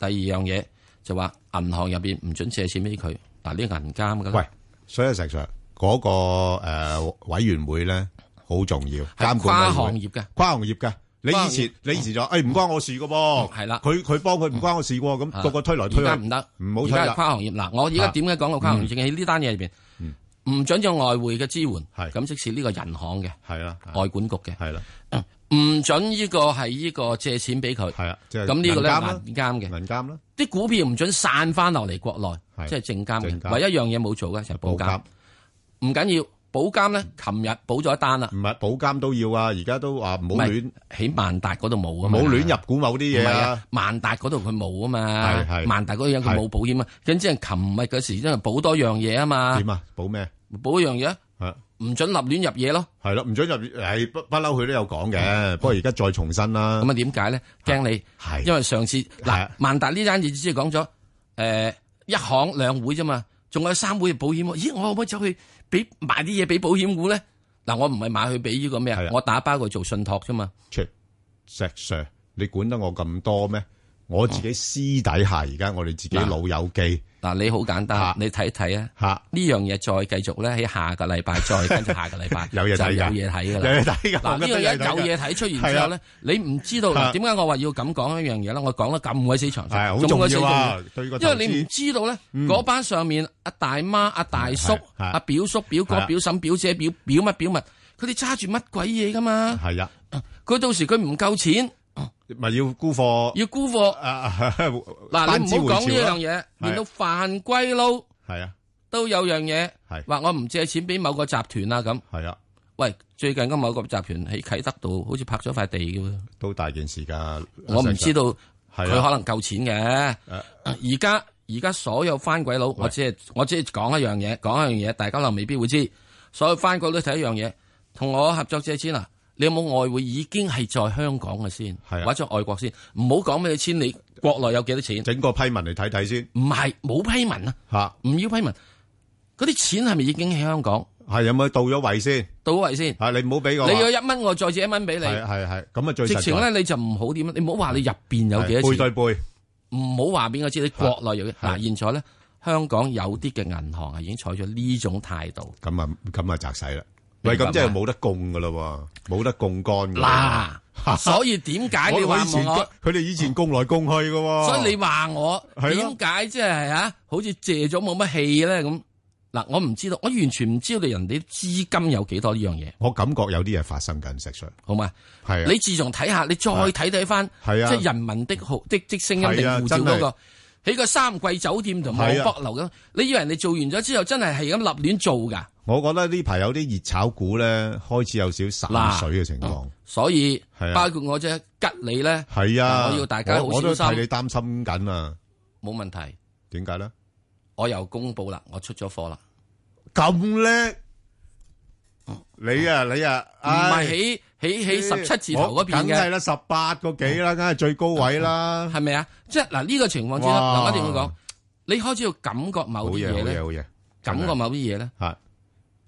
Speaker 5: 二樣嘢就話銀行入邊唔准借錢俾佢，嗱呢個銀監噶啦
Speaker 4: 喂，，所以石 Sir 嗰呃個誒委員會咧好重要，
Speaker 5: 係
Speaker 4: 監管啊
Speaker 5: 跨
Speaker 4: 委員會
Speaker 5: 行業嘅。
Speaker 4: 跨行業嘅，你以前你以前就話誒唔關我事噶噃，
Speaker 5: 嗯係啦
Speaker 4: 佢佢幫佢唔關我事喎，咁
Speaker 5: 啊
Speaker 4: 個個推來推
Speaker 5: 而家
Speaker 4: 去
Speaker 5: 唔得，
Speaker 4: 唔好
Speaker 5: 而
Speaker 4: 推
Speaker 5: 家
Speaker 4: 啊嗯
Speaker 5: 係
Speaker 4: 啦，
Speaker 5: 跨行業嗱，我而家點解講到跨行業？正喺呢單嘢入邊，唔准有外匯嘅支援，
Speaker 4: 嗯係啊
Speaker 5: 咁即使呢個人行嘅
Speaker 4: 係啦，
Speaker 5: 外管局嘅，
Speaker 4: 係啦，
Speaker 5: 唔准呢個係呢個借錢俾佢，
Speaker 4: 係啦，即係
Speaker 5: 咁呢個咧
Speaker 4: 銀監啦
Speaker 5: 難監嘅，
Speaker 4: 銀監啦，
Speaker 5: 啲股票唔准散翻落嚟國內，
Speaker 4: 係
Speaker 5: 即係證監嘅，
Speaker 4: 證監
Speaker 5: 唯一一樣嘢冇做嘅就係保監，唔緊要，保監咧，琴日保咗一單啦，
Speaker 4: 唔係保監都要啊，而家都話唔
Speaker 5: 唔
Speaker 4: 好
Speaker 5: 係
Speaker 4: 亂
Speaker 5: 喺萬達嗰度冇
Speaker 4: 唔
Speaker 5: 啊
Speaker 4: 好
Speaker 5: 嘛，
Speaker 4: 亂入股某
Speaker 5: 唔
Speaker 4: 啲嘢
Speaker 5: 係
Speaker 4: 啊
Speaker 5: 啊，，萬達嗰度佢冇啊
Speaker 4: 係
Speaker 5: 嘛，
Speaker 4: 係
Speaker 5: 萬達嗰樣佢冇保險啊，咁即係琴日嗰時因為保多樣嘢啊嘛，
Speaker 4: 點啊保咩
Speaker 5: 保一樣嘢。
Speaker 4: 啊？
Speaker 5: 唔准立亂入嘢咯。
Speaker 4: 系咯，唔准入，系不不嬲，佢都有講嘅。不過而家再重申啦，
Speaker 5: 咁啊點解咧？驚你，
Speaker 4: 係
Speaker 5: 嗯因為上次
Speaker 4: 係
Speaker 5: 嗱
Speaker 4: 啊
Speaker 5: 萬達呢單嘢只係講咗誒一行兩會啫嘛，仲有三會保險喎。咦，我可唔可以走去俾買啲嘢俾保險股咧？嗱，我唔係買去俾呢個咩
Speaker 4: 係啊
Speaker 5: 啊，我打包佢做信託啫嘛。
Speaker 4: 切石 Sir，你管得我咁多咩？我自己私底下而家我哋自己
Speaker 5: 嗯嗱
Speaker 4: 老友記
Speaker 5: 嗱，你好簡單
Speaker 4: 啊，
Speaker 5: 你睇睇啊。
Speaker 4: 吓，嚇
Speaker 5: 呢樣嘢再繼續咧，喺下個禮拜 再跟住下個禮拜
Speaker 4: 有嘢睇
Speaker 5: 就
Speaker 4: 㗎
Speaker 5: 有嘢睇㗎
Speaker 4: 有
Speaker 5: 啦。
Speaker 4: 嘢睇噶，
Speaker 5: 嗱，
Speaker 4: 我
Speaker 5: 呢
Speaker 4: 覺
Speaker 5: 樣
Speaker 4: 得
Speaker 5: 嘢
Speaker 4: 睇㗎
Speaker 5: 有嘢睇出完之後咧，你唔知道
Speaker 4: 啊
Speaker 5: 嗱，點解我話要咁講一樣嘢咧？我講得咁鬼死長，
Speaker 4: 係好
Speaker 5: 仲
Speaker 4: 重
Speaker 5: 鬼死
Speaker 4: 要啊，對個
Speaker 5: 因
Speaker 4: 投
Speaker 5: 為你唔
Speaker 4: 資嗯
Speaker 5: 知道咧，嗰班上面阿大媽、阿大叔
Speaker 4: 係、係
Speaker 5: 阿表叔、表哥
Speaker 4: 係啊、
Speaker 5: 表嬸、表姐、表表乜表物，佢哋揸住乜鬼嘢噶嘛？
Speaker 4: 係啊，哦
Speaker 5: 佢到時佢唔夠錢，
Speaker 4: 咪要沽貨
Speaker 5: 要沽貨。
Speaker 4: 啊？
Speaker 5: 嗱，你唔好講呢樣
Speaker 4: 嘢，
Speaker 5: 嘢，連到犯規撈
Speaker 4: 啊係啊，
Speaker 5: 都有樣嘢
Speaker 4: 係，
Speaker 5: 話我唔借錢俾某個集團啦咁。
Speaker 4: 係啊，
Speaker 5: 喂，最近嗰某個集團喺啟德度，好似拍咗塊地嘅喎，
Speaker 4: 都大件事㗎。
Speaker 5: 我唔知道
Speaker 4: 係
Speaker 5: 佢
Speaker 4: 啊
Speaker 5: 可能夠錢嘅。
Speaker 4: 誒
Speaker 5: 而家而家所有翻鬼佬，我只係我只係講一樣嘢，講一樣嘢，大家可能未必會知。所有翻鬼佬睇一樣嘢，同我合作借錢啊！你有冇外匯已經係在香港嘅先，
Speaker 4: 係啊
Speaker 5: 或者外國先？唔好講俾你錢，你國內有幾多錢？
Speaker 4: 整個批文嚟睇睇先
Speaker 5: 唔係冇批文啊，
Speaker 4: 吓，
Speaker 5: 唔要批文。嗰啲錢係咪已經喺香港
Speaker 4: 係有冇到咗位先？
Speaker 5: 到位先？
Speaker 4: 吓，你唔好俾我
Speaker 5: 你有一蚊，我再借一蚊俾你。
Speaker 4: 係係係咁啊，最
Speaker 5: 直
Speaker 4: 實
Speaker 5: 情
Speaker 4: 在
Speaker 5: 咧你就唔好點，你唔好話你入邊有幾多
Speaker 4: 背
Speaker 5: 錢，
Speaker 4: 對背。
Speaker 5: 唔好話俾我知你國內有幾
Speaker 4: 係
Speaker 5: 嗱。現在咧，香港有啲嘅銀行係啊已經採咗呢種態度。
Speaker 4: 咁啊咁啊砸使啦。
Speaker 5: 明白
Speaker 4: 喂，咁即係
Speaker 5: 嗎
Speaker 4: 冇得供噶咯，冇得供干㗎喎。
Speaker 5: 嗱，所以點解
Speaker 4: 我
Speaker 5: 你
Speaker 4: 我
Speaker 5: 話
Speaker 4: 以前
Speaker 5: 我？
Speaker 4: 佢哋以前供來供去噶喎。
Speaker 5: 所以你話我
Speaker 4: 哦係咯
Speaker 5: 點解即係啊？好似借咗冇乜氣咧咁。嗱，我唔知道，我完全唔知道人哋資金有幾多呢樣嘢，
Speaker 4: 我感覺有啲嘢發生緊，石 Sir。
Speaker 5: 好嘛？
Speaker 4: 係啊，
Speaker 5: 你自從睇下，你再睇睇翻，即
Speaker 4: 係啊
Speaker 5: 係人民的號的的聲音定
Speaker 4: 係啊
Speaker 5: 護照
Speaker 4: 真係
Speaker 5: 嗰個。喺個三季酒店同網
Speaker 4: 係啊
Speaker 5: 博流咁，你以為人哋做完咗之後真係係咁立亂做㗎？
Speaker 4: 我覺得呢排有啲熱炒股咧，開始有少少
Speaker 5: 嗱
Speaker 4: 散水嘅情況。
Speaker 5: 所以
Speaker 4: 係啊
Speaker 5: 包括我啫吉你咧，
Speaker 4: 係啊，
Speaker 5: 我要大家好
Speaker 4: 我我都
Speaker 5: 小
Speaker 4: 替
Speaker 5: 心
Speaker 4: 你擔心緊啊。
Speaker 5: 冇問題。
Speaker 4: 點解咧？
Speaker 5: 我又公佈啦，我出咗貨啦。
Speaker 4: 咁叻，你啊你啊，
Speaker 5: 唔
Speaker 4: 唉
Speaker 5: 係喺喺喺十七字頭嗰邊
Speaker 4: 我梗係
Speaker 5: 嘅，
Speaker 4: 啦，十八個幾啦，梗係最高位啦。
Speaker 5: 係咪啊？即係嗱呢個情況之下，
Speaker 4: 哇
Speaker 5: 嗱我一定要講，你開始要感覺
Speaker 4: 好
Speaker 5: 某啲
Speaker 4: 嘢，好
Speaker 5: 嘢
Speaker 4: 嘢，
Speaker 5: 咧，
Speaker 4: 好嘢。
Speaker 5: 感覺某啲嘢咧，
Speaker 4: 嚇。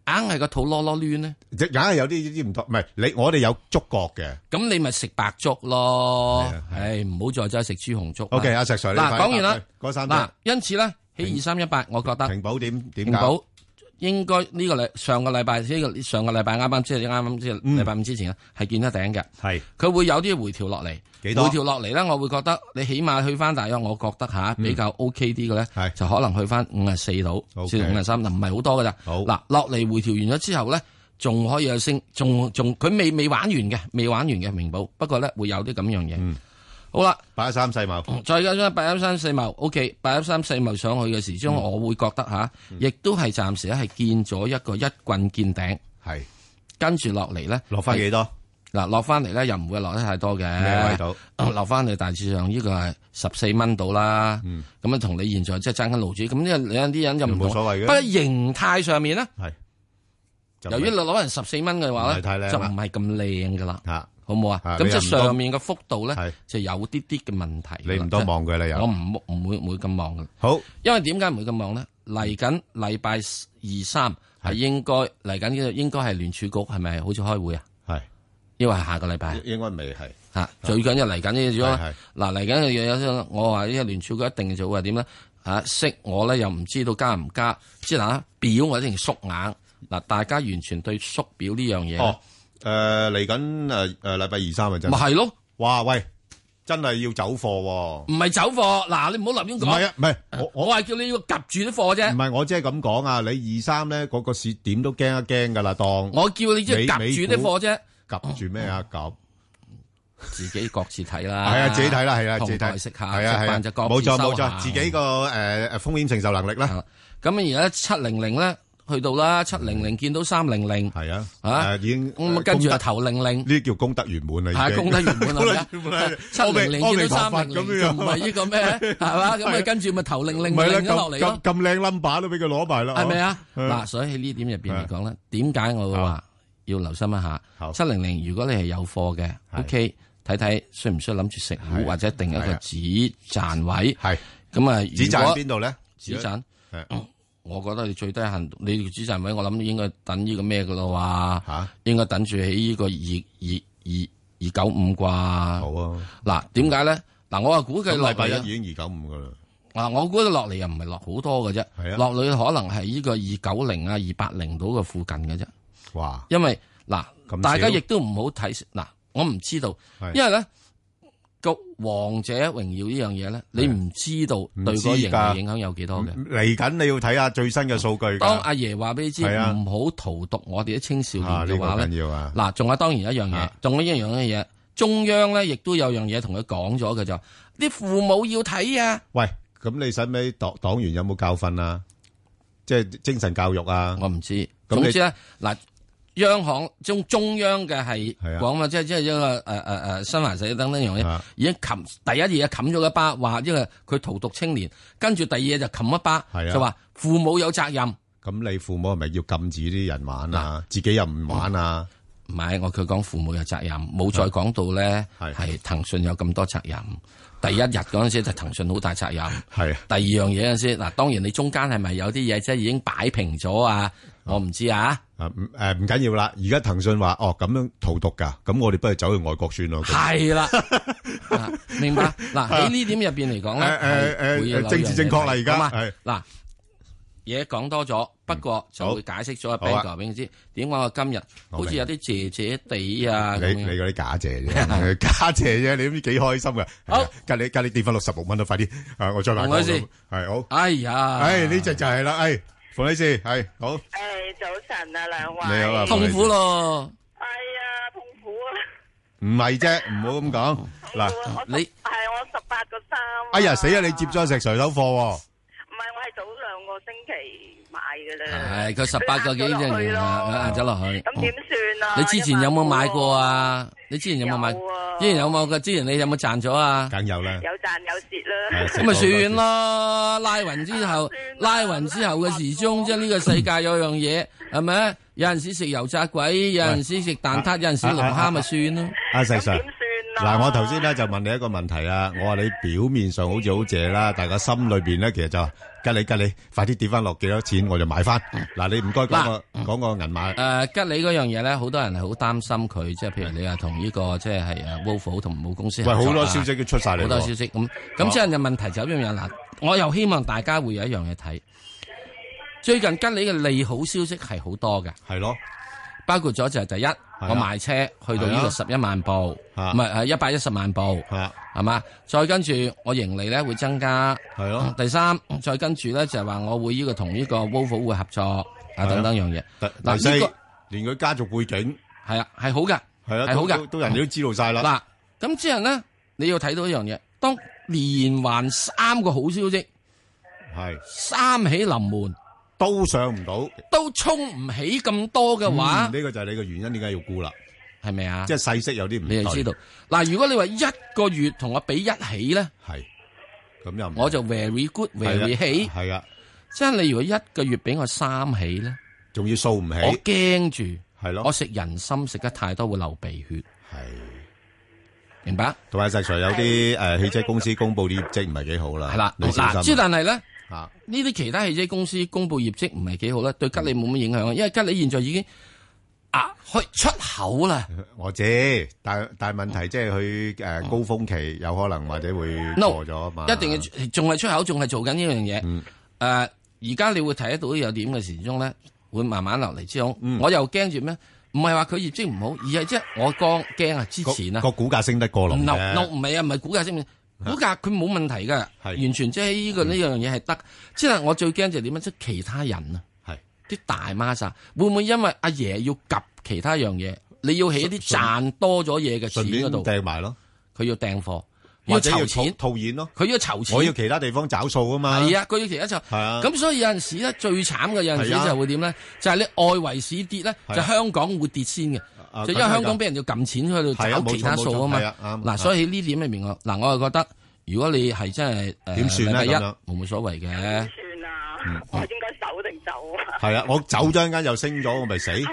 Speaker 5: 硬係個肚攞攞攣咧，
Speaker 4: 即係硬係有啲啲唔同，唔係你我哋有觸覺嘅。
Speaker 5: 咁你咪食白粥咯
Speaker 4: 係啊。係啊
Speaker 5: 唉，唔好再走去食豬紅粥啦。
Speaker 4: O K，阿石 Sir，你
Speaker 5: 嗱
Speaker 4: 快
Speaker 5: 講完啦
Speaker 4: 答佢嗰三
Speaker 5: 嗱
Speaker 4: 隻，
Speaker 5: 因此咧喺
Speaker 4: 平
Speaker 5: 二三一八，我覺得
Speaker 4: 平保點點
Speaker 5: 平
Speaker 4: 解？
Speaker 5: 保應該呢個禮上個禮拜呢個上個禮拜啱啱即係啱啱即係
Speaker 4: 嗯
Speaker 5: 禮拜五之前咧係見得頂嘅。
Speaker 4: 係
Speaker 5: 佢會有啲回調落嚟，
Speaker 4: 幾多
Speaker 5: 回調落嚟咧，我會覺得你起碼去翻大約，我覺得吓比較 OK 啲嘅咧
Speaker 4: 嗯係，
Speaker 5: 就可能去翻五十四度
Speaker 4: OK
Speaker 5: 至五十啊三，嗱唔係好多噶咋。
Speaker 4: 好
Speaker 5: 嗱，落嚟回調完咗之後咧，仲可以有升，仲仲佢未未玩完嘅，未玩完嘅明報，不過咧會有啲咁樣嘢。
Speaker 4: 嗯
Speaker 5: 好啦，
Speaker 4: 八一三世茂，
Speaker 5: 再加上八一三四茂，OK，八一三四茂上去嘅時
Speaker 4: 嗯
Speaker 5: 鐘，我會覺得吓，亦都係暫時咧係見咗一個一棍見頂，
Speaker 4: 係
Speaker 5: 跟住落嚟咧
Speaker 4: 落翻幾多？
Speaker 5: 嗱，落翻嚟咧又唔會落得太多
Speaker 4: 咩
Speaker 5: 嘅，
Speaker 4: 位度
Speaker 5: 落翻嚟大致上呢個係十四蚊到啦。咁啊，同你現在即係爭緊路主，咁呢兩啲人就唔
Speaker 4: 嗯冇
Speaker 5: 同。
Speaker 4: 所謂嘅
Speaker 5: 不過形態上面咧，
Speaker 4: 係就
Speaker 5: 由於你攞人十四蚊嘅話
Speaker 4: 唔係太靚啦
Speaker 5: 咧，就唔係咁靚噶啦，
Speaker 4: 嚇，
Speaker 5: 好唔好
Speaker 4: 啊
Speaker 5: 啊？咁
Speaker 4: 你
Speaker 5: 即
Speaker 4: 又
Speaker 5: 係
Speaker 4: 唔多
Speaker 5: 上面嘅幅度
Speaker 4: 係
Speaker 5: 咧，就有啲啲嘅問題㗎
Speaker 4: 你
Speaker 5: 啦。
Speaker 4: 唔多
Speaker 5: 即係
Speaker 4: 望佢啦
Speaker 5: 我
Speaker 4: 又
Speaker 5: 唔唔會唔會咁望嘅，
Speaker 4: 好
Speaker 5: 因為點解唔會咁望咧？嚟緊禮拜二三係應該嚟緊嘅，應該係聯儲局係咪好似開會啊？
Speaker 4: 係
Speaker 5: 因為係下個禮拜啊。
Speaker 4: 應該未係
Speaker 5: 吓，最緊要嚟緊呢樣嘢
Speaker 4: 係係
Speaker 5: 啦嗱嚟緊嘅嘢有我話呢個聯儲局一定做話點咧？啊，息我咧又唔知道加唔加，即係嗱，表我一定縮硬。嗱，大家完全對縮表呢樣嘢，
Speaker 4: 哦诶嚟緊诶诶礼拜二三啊，真
Speaker 5: 咪
Speaker 4: 係。
Speaker 5: 係咯，
Speaker 4: 哇喂，真係要走貨喎！
Speaker 5: 唔係走貨。嗱，你唔好立亂
Speaker 4: 唔係
Speaker 5: 講。
Speaker 4: 啊，唔係我我
Speaker 5: 我係叫你要夾住啲貨啫
Speaker 4: 唔。係我即係咁講啊！你二三咧嗰個市點都驚一驚㗎啦，當
Speaker 5: 我叫你即係夾住啲貨啫，
Speaker 4: 及住咩啊？及
Speaker 5: 自己各自睇啦。
Speaker 4: 係啊，自己睇啦，係啦，
Speaker 5: 同
Speaker 4: 自己
Speaker 5: 代
Speaker 4: 睇，
Speaker 5: 食下，
Speaker 4: 係啊
Speaker 5: 食
Speaker 4: 係啊
Speaker 5: 飯就，各
Speaker 4: 冇
Speaker 5: 自
Speaker 4: 錯
Speaker 5: 收
Speaker 4: 冇
Speaker 5: 下
Speaker 4: 錯，自己個诶诶風險承受能力啦，
Speaker 5: 啊咁而家七零零咧去到啦，七零零見到三零零，
Speaker 4: 係啊，
Speaker 5: 啊
Speaker 4: 誒已經
Speaker 5: 咁跟住
Speaker 4: 功德
Speaker 5: 就頭零零。
Speaker 4: 呢啲叫功德圓滿啦，已
Speaker 5: 係
Speaker 4: 經
Speaker 5: 功德圓 滿啦，
Speaker 4: 功德圓 滿啦
Speaker 5: 七零零
Speaker 4: 阿
Speaker 5: 見到
Speaker 4: 彌陀佛
Speaker 5: 三零
Speaker 4: 咁
Speaker 5: 零，
Speaker 4: 樣
Speaker 5: 就唔 係呢個咩，係嘛？咁啊，跟住咪頭零零
Speaker 4: 唔係啦，
Speaker 5: 零咗落嚟
Speaker 4: 咁-咁-
Speaker 5: 咯，
Speaker 4: 咁靚number都俾佢攞埋啦，哦嗯
Speaker 5: 係咪啊？
Speaker 4: 係
Speaker 5: 嗱，所以喺呢點入邊嚟講咧，點解我會話要留心一下
Speaker 4: 哦好
Speaker 5: 七零零？如果你係有貨嘅
Speaker 4: 係
Speaker 5: ，OK，睇睇需唔需要諗住食股
Speaker 4: 係
Speaker 5: 或者定一
Speaker 4: 係
Speaker 5: 個
Speaker 4: 啊
Speaker 5: 止賺位。
Speaker 4: 係。
Speaker 5: 咁啊，如果
Speaker 4: 指贊邊度呢？
Speaker 5: 止賺
Speaker 4: 係，
Speaker 5: 我覺得你最低限度，你止賺位，我諗應該等呢個咩噶咯喎？
Speaker 4: 嚇？好啊，
Speaker 5: 應該等住喺呢個二二二二九五啩。嗱，點解咧？嗱，我話估計落嚟啊，
Speaker 4: 咁禮拜一已經295㗎啦，係
Speaker 5: 嗱，
Speaker 4: 啊，
Speaker 5: 我估計落嚟又唔係落好多嘅
Speaker 4: 係
Speaker 5: 啫，
Speaker 4: 啊
Speaker 5: 落嚟可能係呢個二九零啊、二八零到嘅附近嘅啫。
Speaker 4: 哇，
Speaker 5: 因為
Speaker 4: 咁
Speaker 5: 嗱，
Speaker 4: 少
Speaker 5: 大家亦都唔好睇嗱，我唔知道，
Speaker 4: 係
Speaker 5: 因為咧個王者榮耀呢樣嘢咧，你唔知道對個
Speaker 4: 唔知
Speaker 5: 盈
Speaker 4: 㗎
Speaker 5: 利影響有幾多嘅。
Speaker 4: 嗯嚟緊你要睇下最新嘅數據㗎。
Speaker 5: 當阿爺話俾你知，
Speaker 4: 係啊
Speaker 5: 唔好荼毒我哋啲青少
Speaker 4: 啊，
Speaker 5: 年嘅話咧，
Speaker 4: 呢個緊要啊。
Speaker 5: 嗱，仲有當然一樣嘢
Speaker 4: 啊，
Speaker 5: 仲有一樣嘢，中央咧亦都有樣嘢同佢講咗嘅就，啲父母要睇啊，
Speaker 4: 喂，咁你使唔使黨-黨員有冇教訓啊？即係精神教育啊？
Speaker 5: 我唔知，
Speaker 4: 咁
Speaker 5: 總
Speaker 4: 你
Speaker 5: 之咧嗱。央行中中央嘅係
Speaker 4: 係啊
Speaker 5: 講嘛，即係即係一個誒誒誒新華社等等樣嘢
Speaker 4: 啊，
Speaker 5: 已經冚第一嘢冚咗一巴，話因為佢荼毒青年，跟住第二嘢就冚一巴
Speaker 4: 係，啊
Speaker 5: 就話父母有責任。
Speaker 4: 咁你父母係咪要禁止啲人玩啊？自己又唔玩啊？
Speaker 5: 唔係，我佢講父母有責任，冇再講到咧
Speaker 4: 啊係
Speaker 5: 係騰訊有咁多責任。第一日嗰陣時就騰訊好大責任，
Speaker 4: 啊
Speaker 5: 第二樣嘢嗰陣時嗱，當然你中間係咪有啲嘢即係已經擺平咗啊？我唔知啊，
Speaker 4: 係啊，唔-誒，唔緊要啦，而家騰訊話，哦，咁樣荼毒㗎，咁我哋不如走去外國算咯，咁。
Speaker 5: 係啦， 啊明 白嗱喺呢點入邊嚟講
Speaker 4: 誒誒誒
Speaker 5: 咧，
Speaker 4: 政治正確啦而家
Speaker 5: 嘛
Speaker 4: 係
Speaker 5: 嗱嘢講多咗，不過就會解釋咗阿
Speaker 4: 嗯好
Speaker 5: Ben
Speaker 4: 啊
Speaker 5: 哥俾你知點解我今日
Speaker 4: 我
Speaker 5: 好似
Speaker 4: 明
Speaker 5: 有啲謝謝地啊咁
Speaker 4: 你
Speaker 5: 樣
Speaker 4: 你嗰啲假借啫， 假借啫，你都唔知幾開心嘅。
Speaker 5: 好
Speaker 4: 係啊，隔你隔你跌翻六十六蚊啦，快啲！啊，我再買
Speaker 5: 同
Speaker 4: 過
Speaker 5: 佢
Speaker 4: 咁。
Speaker 5: 先
Speaker 4: 係好。
Speaker 5: 哎呀，
Speaker 4: 唉，呢只就係啦。唉，馮女士係好，
Speaker 6: 诶，早晨啊，兩位。
Speaker 4: 你好啊
Speaker 5: 痛苦咯。
Speaker 6: 哎呀，痛苦啊！
Speaker 4: 唔係啫，唔好咁講嗱。
Speaker 6: 我
Speaker 5: 你
Speaker 6: 系我十八個三。
Speaker 4: 哎呀，死啊！你接咗石 Sir 手貨喎，
Speaker 6: 唔係，我係早兩個星期買嘅啦。
Speaker 5: 系佢十八個幾
Speaker 6: 佢壓
Speaker 5: 啫，啊壓
Speaker 6: 呃咗落去咯
Speaker 5: 咗落去。
Speaker 6: 咁點算啊？
Speaker 5: 你之前有冇買過？啊？你之前有冇買？
Speaker 6: 有啊
Speaker 5: 之前有冇嘅？之前你有冇賺咗啊？
Speaker 4: 梗有啦。
Speaker 6: 有賺有蝕
Speaker 4: 係
Speaker 6: 啦。
Speaker 5: 咁咪啊算咯，拉勻之後，
Speaker 6: 啊算
Speaker 5: 拉
Speaker 6: 啦
Speaker 5: 勻之後嘅時鐘，即係呢個世界有樣嘢係咪？有陣時食油炸鬼，有陣時食
Speaker 4: 啊
Speaker 5: 蛋撻，有陣時龍蝦，咪算咯。
Speaker 4: 阿石
Speaker 6: 咁
Speaker 4: Sir，
Speaker 6: 點算啊？
Speaker 4: 嗱，我頭先咧就問你一個問題啊，我話你表面上好似好借啦，但係個心裏邊咧其實就話吉你吉你，快啲跌翻落幾多錢我就買翻。嗱，你唔該講個講個銀碼。
Speaker 5: 誒吉利嗰樣嘢咧，好多人係好擔心佢，即係譬如你話啊同呢個即係係誒 Wolf 同母公司
Speaker 4: 喂，
Speaker 5: 合
Speaker 4: 好
Speaker 5: 作
Speaker 4: 多
Speaker 5: 啊
Speaker 4: 消息都出晒嚟喎。
Speaker 5: 好多消息咁，咁之後嘅問題就一樣嘢嗱，我又希望大家會有一樣嘢睇。最近吉利嘅利好消息係好多嘅，
Speaker 4: 係咯。
Speaker 5: 包括咗就係第一，我賣車去到呢個十一萬部，唔
Speaker 4: 啊
Speaker 5: 係係一百一十萬部，
Speaker 4: 啊
Speaker 5: 係嘛？再跟住我盈利咧會增加，
Speaker 4: 係咯
Speaker 5: 第三，再跟住咧就係話我會呢個同呢個 Volvo 會合作啊
Speaker 4: 啊
Speaker 5: 等等樣嘢，
Speaker 4: 第
Speaker 5: 嗱，
Speaker 4: 第四，
Speaker 5: 呢個-
Speaker 4: 連佢家族背景，係啊，
Speaker 5: 係啊係好嘅，係
Speaker 4: 都-
Speaker 5: 好嘅，
Speaker 4: 都-都人哋都知道晒啦。
Speaker 5: 嗱，咁之後咧，你要睇到一樣嘢，當連環三個好消息。三起臨門
Speaker 4: 係，都上唔到。
Speaker 5: 都衝唔起咁多嘅話，
Speaker 4: 嗯，呢個就係你個原因點解要沽啦。
Speaker 5: 係咪啊？
Speaker 4: 即係細息有啲唔
Speaker 5: 你就
Speaker 4: 對。
Speaker 5: 知道嗱。如果你話一個月同我比一起咧，
Speaker 4: 係，咁又唔
Speaker 5: 我就 very good very 起。即係你如果一個月俾我三起咧，
Speaker 4: 係啊，係啊，仲要掃唔起，
Speaker 5: 我驚住
Speaker 4: 係咯。
Speaker 5: 我食人參食得太多會流鼻血，明
Speaker 4: 啊
Speaker 5: 白？
Speaker 4: 係。同埋實在有啲，誒，汽車公司公佈啲業績唔係幾好啦，
Speaker 5: 係啦，
Speaker 4: 你小心啊。
Speaker 5: 嗱，之但係咧。呢啲其他汽車公司公布業績唔係幾好咧，對吉
Speaker 4: 嗯
Speaker 5: 利冇乜影響，因為吉利現在已經啊去出口啦。
Speaker 4: 啊，我知，但-但問題即係佢，誒，高峰期有可能或者會
Speaker 5: no，
Speaker 4: 過咗嘛。
Speaker 5: 一定要仲係出口，仲係做緊呢樣嘢。誒、
Speaker 4: 嗯
Speaker 5: 而家你會睇得到有點嘅時鐘咧，會慢慢落嚟之後，
Speaker 4: 嗯
Speaker 5: 我又驚住咩？唔係話佢業績唔好，而係即係我驚驚啊！之前啊，
Speaker 4: 個股價升得過龍
Speaker 5: no
Speaker 4: 啫
Speaker 5: no 唔係啊，唔係股價升，股價佢冇問題噶，
Speaker 4: 係
Speaker 5: 完全即係呢個呢樣嘢係得。即係我最驚就係點樣，即係其他人啊，
Speaker 4: 係
Speaker 5: 啲大孖沙會唔會因為阿爺要及其他樣嘢，你要起啲賺多咗嘢嘅錢
Speaker 4: 順便
Speaker 5: 嗰度，
Speaker 4: 掟埋咯，
Speaker 5: 佢要訂貨，
Speaker 4: 或
Speaker 5: 要
Speaker 4: 者要
Speaker 5: 籌
Speaker 4: 套
Speaker 5: 錢，
Speaker 4: 套現咯。
Speaker 5: 佢要籌錢
Speaker 4: 我。要其他地方找數啊嘛。
Speaker 5: 系啊，佢要其他就
Speaker 4: 係啊
Speaker 5: 咁所以有阵时咧最慘嘅有阵时
Speaker 4: 係啊
Speaker 5: 就會點咧，就係你外圍市跌咧，
Speaker 4: 係啊
Speaker 5: 就香港會跌先嘅
Speaker 4: 啊，
Speaker 5: 就因為香港俾人要撳錢喺度
Speaker 4: 係啊冇
Speaker 5: 找
Speaker 4: 錯
Speaker 5: 其他數啊
Speaker 4: 冇錯係啊
Speaker 5: 嘛。
Speaker 4: 啱
Speaker 5: 嗱，所以呢點入面我嗱，我又覺得如果你係真係诶
Speaker 4: 點算呢
Speaker 5: 礼拜一
Speaker 4: 咁樣
Speaker 5: 冇冇所謂嘅，
Speaker 6: 算啊，我應該走定走啊？
Speaker 4: 係啊，我走咗一間又升咗，我咪死。係
Speaker 6: 咯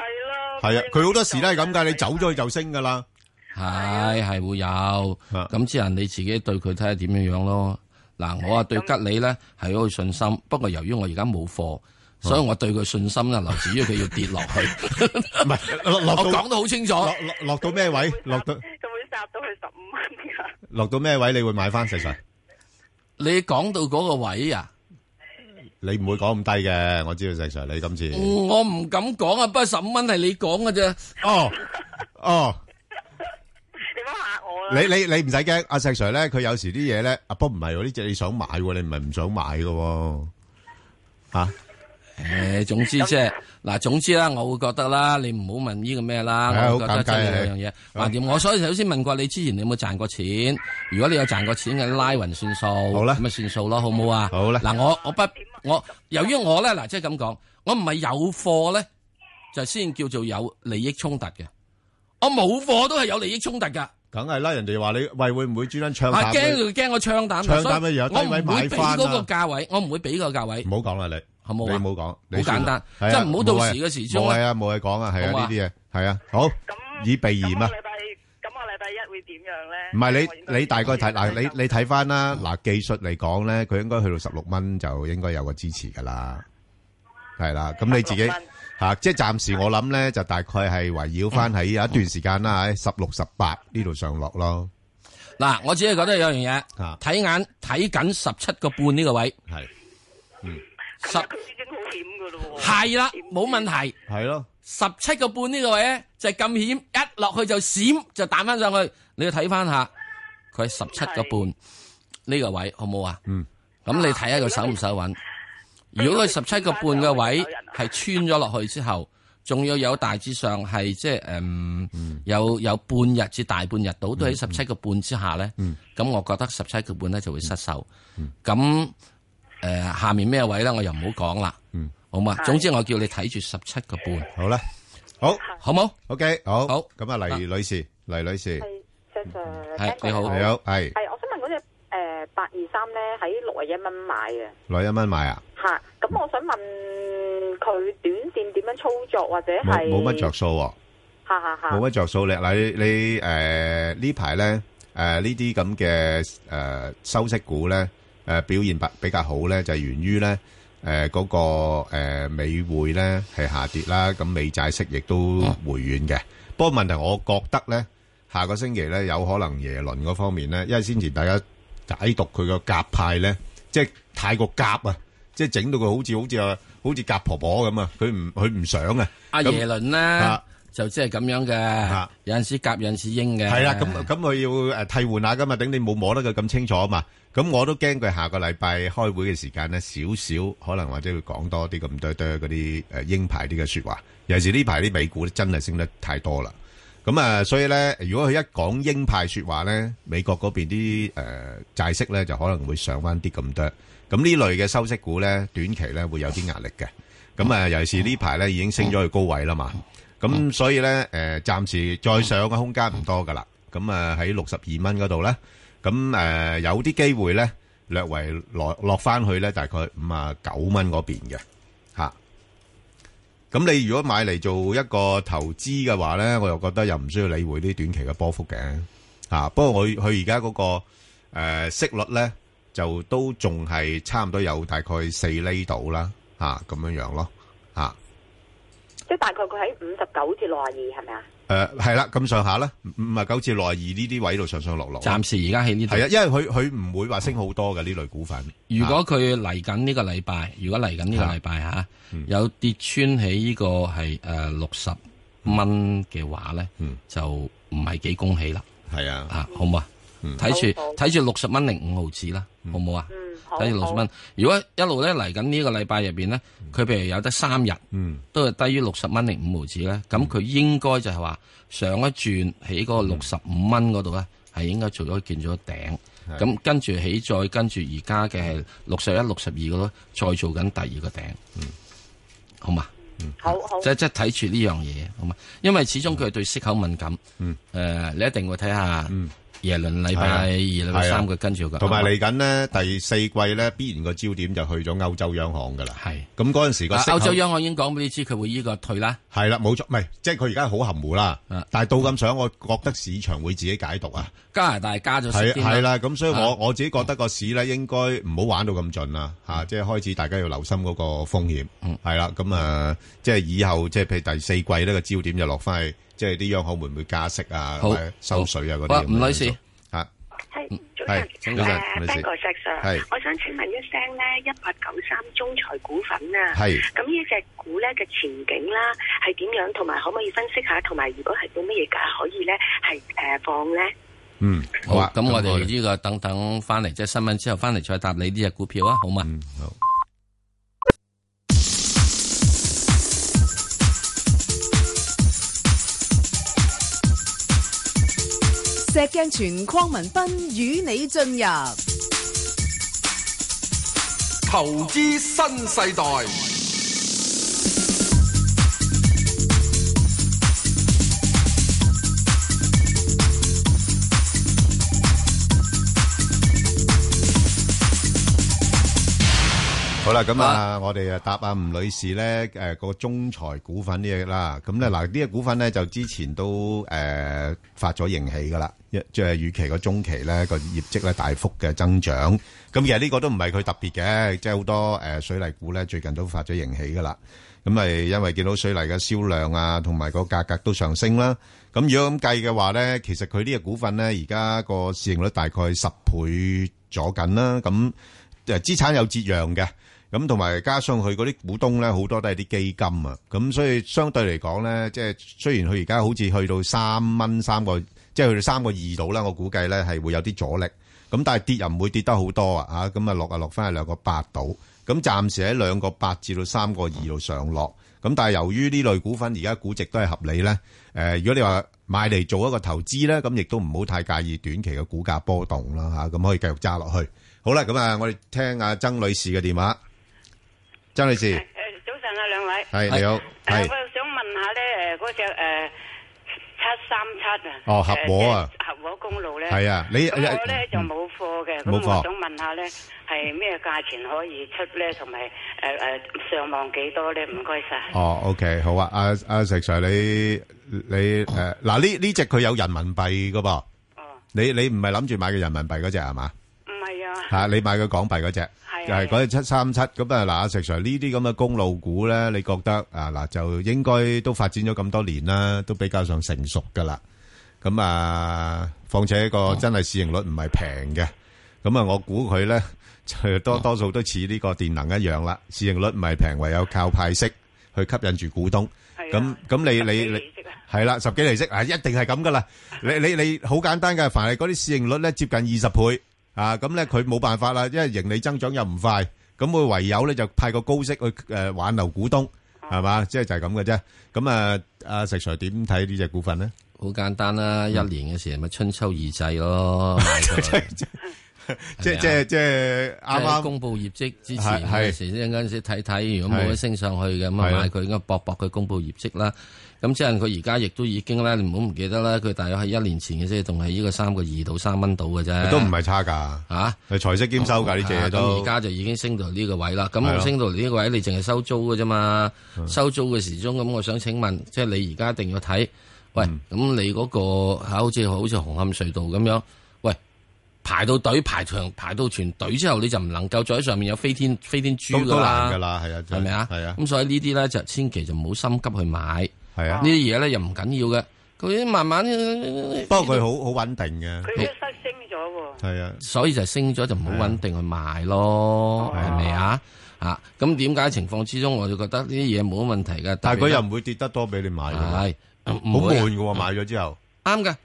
Speaker 4: 啊，佢好多時都係咁㗎，你走咗佢就升㗎啦。
Speaker 5: 係係會有
Speaker 4: 啊
Speaker 5: 咁之人你自己對佢睇下點樣樣咯。嗱，我啊對吉利咧係好有信心，不過由於我而家冇貨，
Speaker 4: 啊
Speaker 5: 所以我對佢信心咧，留至於佢要跌落 去。
Speaker 4: 唔係落落
Speaker 5: 我
Speaker 4: 到
Speaker 5: 講得好清楚。
Speaker 4: 落落落到咩位？落到
Speaker 6: 佢會殺到佢十五蚊㗎。
Speaker 4: 落到咩位？你會買翻石 Sir？
Speaker 5: 你講到嗰個位啊，
Speaker 4: 你唔會講咁低嘅，我知道石 Sir 你今次。
Speaker 5: 嗯我唔敢講啊，不過十五蚊係你講嘅啫。
Speaker 4: 哦哦。
Speaker 6: 你唔好嚇我啦！
Speaker 4: 你你你唔使驚，阿石 Sir 咧，佢有時啲嘢咧，阿不唔係喎，呢只你想買喎，你唔係唔想買嘅喎，吓
Speaker 5: 誒，總之即係嗱，總之啦，我會覺得啦，你唔好問呢個咩
Speaker 4: 係啊
Speaker 5: 啦，我會覺
Speaker 4: 好
Speaker 5: 得
Speaker 4: 尷尬
Speaker 5: 真
Speaker 4: 啊
Speaker 5: 係兩樣嘢。橫掂我所以頭先問過你之前你有冇賺過錢？如果你有賺過錢嘅，拉勻算數，好
Speaker 4: 啦
Speaker 5: 咁咪算數咯，好唔好啊？
Speaker 4: 好啦
Speaker 5: 嗱，我我不我由於我咧嗱，即係咁講，我唔係有貨咧，就先叫做有利益衝突嘅。我冇貨都係有利益衝突㗎。
Speaker 4: 梗係啦，人哋話你喂會唔會專登唱
Speaker 5: 啊
Speaker 4: 淡
Speaker 5: 驚
Speaker 4: 佢？
Speaker 5: 佢驚我唱膽，啊
Speaker 4: 唱膽
Speaker 5: 所以
Speaker 4: 咪又有低
Speaker 5: 我唔會
Speaker 4: 位買
Speaker 5: 俾
Speaker 4: 返
Speaker 5: 嗰
Speaker 4: 啦
Speaker 5: 個價位，我唔會俾個價位
Speaker 4: 唔，好講啦，你
Speaker 5: 好冇
Speaker 4: 你
Speaker 5: 啊
Speaker 4: 唔好
Speaker 5: 好
Speaker 4: 講，
Speaker 5: 簡單
Speaker 4: 係啊
Speaker 5: 即係唔好到
Speaker 4: 冇
Speaker 5: 時
Speaker 4: 謂
Speaker 5: 嘅時鐘
Speaker 4: 冇謂
Speaker 5: 咧
Speaker 4: 啊，冇嘢講啊，係
Speaker 5: 好
Speaker 4: 啊呢
Speaker 5: 嘛
Speaker 4: 啲嘢係啊，好
Speaker 6: 咁
Speaker 4: 以避嫌啊
Speaker 6: 咁我。禮拜咁我禮拜一會點樣咧？
Speaker 4: 唔係你你大概睇嗱，你你睇翻啦，嗱技術嚟講咧，佢應該去到十六蚊就應該有個支持噶啦，係啦。咁你自己
Speaker 6: 16蚊
Speaker 4: 嚇、即係暫時我諗咧就大概係圍繞翻喺有一段時間啦，喺十六十八呢度上落咯。
Speaker 5: 嗱，我只係覺得有樣
Speaker 4: 啊
Speaker 5: 嘢，睇眼睇緊十七個半呢個位，
Speaker 4: 係
Speaker 5: 十
Speaker 6: 佢已經好險噶咯喎。
Speaker 5: 係啦，冇問題。
Speaker 4: 係咯，
Speaker 5: 十七個半呢個位咧就係咁險，一落去就閃就彈翻上去。你要睇翻下佢十七個半呢個位好冇啊？
Speaker 4: 嗯，
Speaker 5: 咁你睇下佢守唔守穩？如果佢啊十七個半嘅位係穿咗落去之後，仲要有大致上係即係誒，嗯有有半日至大半日到都
Speaker 4: 嗯
Speaker 5: 喺十七個半之下咧。咁我覺得十七個半咧
Speaker 4: 嗯
Speaker 5: 就會失手。咁誒下面咩位咧，我又唔好講啦。
Speaker 4: 嗯，
Speaker 5: 好嘛？總之我叫你睇住十七個半，
Speaker 4: 好啦，好
Speaker 5: 好冇？
Speaker 4: OK，好，
Speaker 5: 好
Speaker 4: 咁啊，黎女士，黎女士，
Speaker 7: 係石 Sir，
Speaker 5: 係你好
Speaker 4: 你
Speaker 5: 好
Speaker 4: 好，係
Speaker 7: 係我想問嗰只誒八二三咧，喺六啊一蚊買嘅
Speaker 4: 攞一蚊買啊，
Speaker 7: 嚇，咁我想問佢短線點樣操作，或者
Speaker 4: 冇
Speaker 7: 係
Speaker 4: 冇乜着數喎。
Speaker 7: 嚇嚇嚇
Speaker 4: 冇乜着數咧。嗱，你你誒呢排咧誒呢啲咁嘅誒收息股咧誒、呃表現比比較好咧，就係、源於咧誒嗰個、呃、美匯咧係下跌啦，咁美債息亦都回軟嘅。不過問題，我覺得咧下個星期咧有可能耶倫嗰方面咧，因為先前大家解讀佢個鴿派咧，即係太過鴿啊，即係整到佢好似好似啊好似鴿婆婆咁啊，佢唔佢唔想啊。
Speaker 5: 阿
Speaker 4: 咁
Speaker 5: 耶倫咧
Speaker 4: 啊
Speaker 5: 就即係咁樣嘅，有陣時夾，有陣時應嘅。
Speaker 4: 係啦，咁-呃呃啊呃咁佢要，呃，替換下，咁啊，等你冇摸得佢咁清楚嘛。咁我都驚佢下個禮拜開會嘅時間呢，少少可能或者會講多啲咁多多嗰啲，呃，鷹派啲嘅說話。尤其是呢排啲美股真係升得太多啦。咁啊，所以呢，如果佢一講鷹派說話呢，美國嗰邊啲，呃，債息呢，就可能會上返啲咁多。咁呢類嘅收息股呢，短期呢，會有啲壓力嘅。咁啊，尤其是呢排呢，已經升咗去高位啦嘛。咁所以咧，誒、暫時再上嘅空間唔多噶啦。咁啊喺六十二蚊嗰度咧，咁誒、呃有啲機會咧，略為落落翻去咧，大概五啊九蚊嗰邊嘅嚇。咁、你如果買嚟做一個投資嘅話咧，我又覺得又唔需要理會啲短期嘅波幅嘅嚇、啊不過我佢而家嗰個、呃、息率咧，就都仲係差唔多有大概四厘度啦嚇咁樣樣咯嚇。
Speaker 7: 即係大概佢喺五十九至六啊二係咪啊？
Speaker 4: 呃誒，係啦，咁上下啦，59至62呢啲位度上上落落。啊
Speaker 5: 暫時而家喺呢度。
Speaker 4: 係啊，因為佢-佢唔會話升好多嘅呢類股份。
Speaker 5: 如果佢嚟緊呢個禮
Speaker 4: 啊嗯
Speaker 5: 拜，如果嚟緊呢個禮拜吓，有跌穿起呢個係诶六十蚊嘅話咧，
Speaker 4: 嗯
Speaker 5: 就唔係幾恭喜啦，
Speaker 4: 系啊，嗯
Speaker 5: 啊，好唔好啊？睇住
Speaker 7: 好好
Speaker 5: 睇住六十蚊零五毫子啦，好唔好啊？
Speaker 7: 嗯，好，
Speaker 5: 睇住六十蚊，如果一路咧嚟緊呢個禮拜入邊咧，佢譬如有得三日
Speaker 4: 嗯，
Speaker 5: 都係低於六十蚊零五毫子咧，咁佢應該就係話上一轉喺嗰
Speaker 4: 嗯
Speaker 5: 個六十五蚊嗰度咧，係應該做咗見咗頂。咁跟住起再跟住而家嘅係六十一、六十二嗰度，再做緊第二個頂，
Speaker 4: 嗯
Speaker 5: 好嘛？
Speaker 7: 好，好，好
Speaker 5: 即即睇住呢樣嘢，好嘛？因為
Speaker 4: 嗯
Speaker 5: 始終佢係對息口敏感，誒、你一定會睇下耶倫禮拜
Speaker 4: 嗯係啊
Speaker 5: 二、禮拜
Speaker 4: 係啊
Speaker 5: 三佢跟住佢，
Speaker 4: 同埋嚟緊咧第四季咧，必然個焦點就去咗歐洲央行噶啦。
Speaker 5: 係。
Speaker 4: 咁嗰陣時個
Speaker 5: 啊
Speaker 4: 息口
Speaker 5: 歐洲央行已經講俾你知，佢會依個退啦。
Speaker 4: 係啦，冇錯，唔係即係佢而家好含糊啦
Speaker 5: 啊。
Speaker 4: 但係到咁上，我覺得市場會自己解讀啊。
Speaker 5: 加拿大加咗
Speaker 4: 係
Speaker 5: 息
Speaker 4: 係
Speaker 5: 添啦，
Speaker 4: 啦，咁所以我
Speaker 5: 啊
Speaker 4: 我自己覺得個市咧應該唔好玩到咁盡啦，
Speaker 5: 嗯
Speaker 4: 嚇，即係開始大家要留心嗰個風險，係啦，咁啊，即係以後即係譬如第四季呢個焦點就落翻去，即係啲央行會唔會加息啊，
Speaker 5: 好
Speaker 4: 或者收水啊嗰
Speaker 5: 好
Speaker 4: 啲
Speaker 5: 啊
Speaker 4: 咁樣。
Speaker 5: 吳女士
Speaker 4: 嚇，
Speaker 8: 系早
Speaker 4: 係
Speaker 8: 晨，
Speaker 4: 請
Speaker 5: 早晨
Speaker 4: 女
Speaker 8: 誒
Speaker 4: 士
Speaker 8: Ben 哥石 Sir，
Speaker 4: 係
Speaker 8: 我想請問一聲咧，一八九三中財股份啊，
Speaker 4: 係
Speaker 8: 咁呢只股咧嘅前景啦，係點樣？同埋可唔可以分析下？同埋如果係到乜嘢價可以咧係誒放咧？
Speaker 4: 嗯，
Speaker 5: 好
Speaker 4: 啊
Speaker 5: 咁我哋呢個等等翻嚟即係新聞之後翻嚟再答你呢只股票啊，好嘛？
Speaker 4: 嗯好
Speaker 2: 石鏡泉邝文斌與你進入
Speaker 3: 投資新世代，
Speaker 4: 好啦，咁啊，我哋啊答阿吳女士咧，誒個中財股份呢嘢啦，咁咧嗱呢只股份咧就之前都誒發咗盈喜噶啦，一即係預期個中期咧個業績咧大幅嘅增長，咁其實呢個都唔係佢特別嘅，即係好多誒水泥股咧最近都發咗盈喜噶啦，咁咪因為見到水泥嘅銷量啊，同埋個價格都上升啦，咁如果咁計嘅話咧，其實佢呢只股份咧而家個市盈率大概十倍左緊啦，咁。誒資產有折讓嘅，咁同埋加上佢嗰啲股東咧，好多都係啲基金啊，咁所以相對嚟講咧，即係雖然佢而家好似去到三蚊三個，即係去到三個二度啦，我估計咧係會有啲阻力，咁但係跌又唔會跌得好多啊，嚇咁啊落啊落翻去兩個八度，咁暫時喺兩個八至到三個二度上落，咁但係由於呢類股份而家估值都係合理咧，誒、如果你話買嚟做一個投資咧，咁亦都唔好太介意短期嘅股價波動啦嚇，咁、可以繼續揸落去。好啦，咁啊，我哋听阿曾女士嘅电话。曾女士，
Speaker 8: 早晨啊，兩位，
Speaker 4: 系你好，
Speaker 8: 誒
Speaker 6: Dạ
Speaker 4: 系
Speaker 6: vâng,
Speaker 8: 我想問下咧誒嗰只
Speaker 6: ờ,
Speaker 8: 誒七三七啊，
Speaker 4: 哦合和啊
Speaker 8: 誒，即係合和公路咧，
Speaker 4: 系啊，你
Speaker 8: 咁我咧就冇貨嘅，咁
Speaker 4: 冇貨
Speaker 8: 我想問下咧，係咩價錢可以出咧，同埋
Speaker 6: ờ,
Speaker 8: 誒誒上望幾多咧？唔該晒。
Speaker 4: 哦，OK，好啊，阿阿石 Sir，你你诶，嗱呢呢只佢有人民币噶噃，
Speaker 6: Ờ,
Speaker 8: 哦，
Speaker 4: 你你唔系諗住買嘅人民幣嗰只係嘛？
Speaker 8: 唔係
Speaker 6: à,
Speaker 8: 啊，
Speaker 4: 吓，你買嘅港幣嗰只，
Speaker 8: 係
Speaker 4: 就係嗰只七三七咁啊！嗱，阿石 Sir 呢啲咁嘅公路股咧，你覺得啊嗱，就應該都發展咗咁多年啦，都比較上成熟噶啦。咁啊，況且個真係市盈率唔係平嘅，咁啊，我估佢咧 就多多數都似呢個電能一樣啦，市盈率唔係平，唯有靠派息去吸引住股東。
Speaker 8: 係
Speaker 4: 咁
Speaker 6: à.
Speaker 8: 啊
Speaker 4: 咁你
Speaker 8: 十幾
Speaker 4: 你你
Speaker 8: 厘息啊
Speaker 4: 係啦，十幾厘息啊，一定係咁噶啦。你你你好簡單嘅，凡係嗰啲市盈率咧接近二十倍啊，咁咧佢冇辦法啦，因為盈利增長又唔快，咁佢唯有咧就派個高息去誒挽留股東，係嘛？即係就係咁嘅啫。咁啊，阿石 Sir 點睇呢只股份咧？
Speaker 5: 好簡單啦，一年嘅時咪春秋二季 咯，買佢
Speaker 4: 即
Speaker 5: 係咪啊
Speaker 4: 即即啱
Speaker 5: 即係
Speaker 4: 啱
Speaker 5: 公布業績之前
Speaker 4: 係係
Speaker 5: 嗰陣時，一陣時睇睇，如果冇
Speaker 4: 係
Speaker 5: 得升上去嘅，咁
Speaker 4: 係
Speaker 5: 啊
Speaker 4: 啊
Speaker 5: 買佢，咁搏搏佢公布業績啦。咁即係佢而家亦都已經啦，你唔好唔記得啦，佢大約係一年前嘅啫，仲係呢個三個二到三蚊到嘅啫，
Speaker 4: 都唔係差㗎，
Speaker 5: 嚇。
Speaker 4: 係財息兼收㗎呢只嘢
Speaker 5: 咁
Speaker 4: 都
Speaker 5: 而。家就已經升到呢個位啦。咁
Speaker 4: 係啊嗯
Speaker 5: 我
Speaker 4: 咯
Speaker 5: 升到呢個位，你淨係收租嘅啫嘛。收租嘅時鐘，咁我想請問，即係你而家一定要睇，喂，
Speaker 4: 嗯
Speaker 5: 咁你嗰個嚇好似好似紅磡隧道咁樣，喂，排到隊排長排到全隊之後，你就唔能夠再喺上面有飛天飛天豬
Speaker 4: 都
Speaker 5: 㗎
Speaker 4: 都難
Speaker 5: 啦
Speaker 4: 㗎，啦，係啊，
Speaker 5: 係咪啊？
Speaker 4: 係啊，
Speaker 5: 咁所以呢啲咧就千祈就唔好心急去買
Speaker 4: 係啊
Speaker 5: 呢。啲嘢咧，又唔緊要嘅，佢慢慢。
Speaker 4: 不過佢好好穩定嘅，
Speaker 8: 佢都失升咗喎。
Speaker 4: 係啊，哦
Speaker 5: 所以就升咗就唔好穩定去賣咯，係咪啊？吓，咁點解情況之中我就覺得呢啲嘢冇乜問題嘅？
Speaker 4: 但係佢又唔會跌得多俾你買㗎喎，
Speaker 5: 係
Speaker 4: 好
Speaker 5: 唔會啊
Speaker 4: 悶㗎喎，買咗之後
Speaker 5: 啱嘅。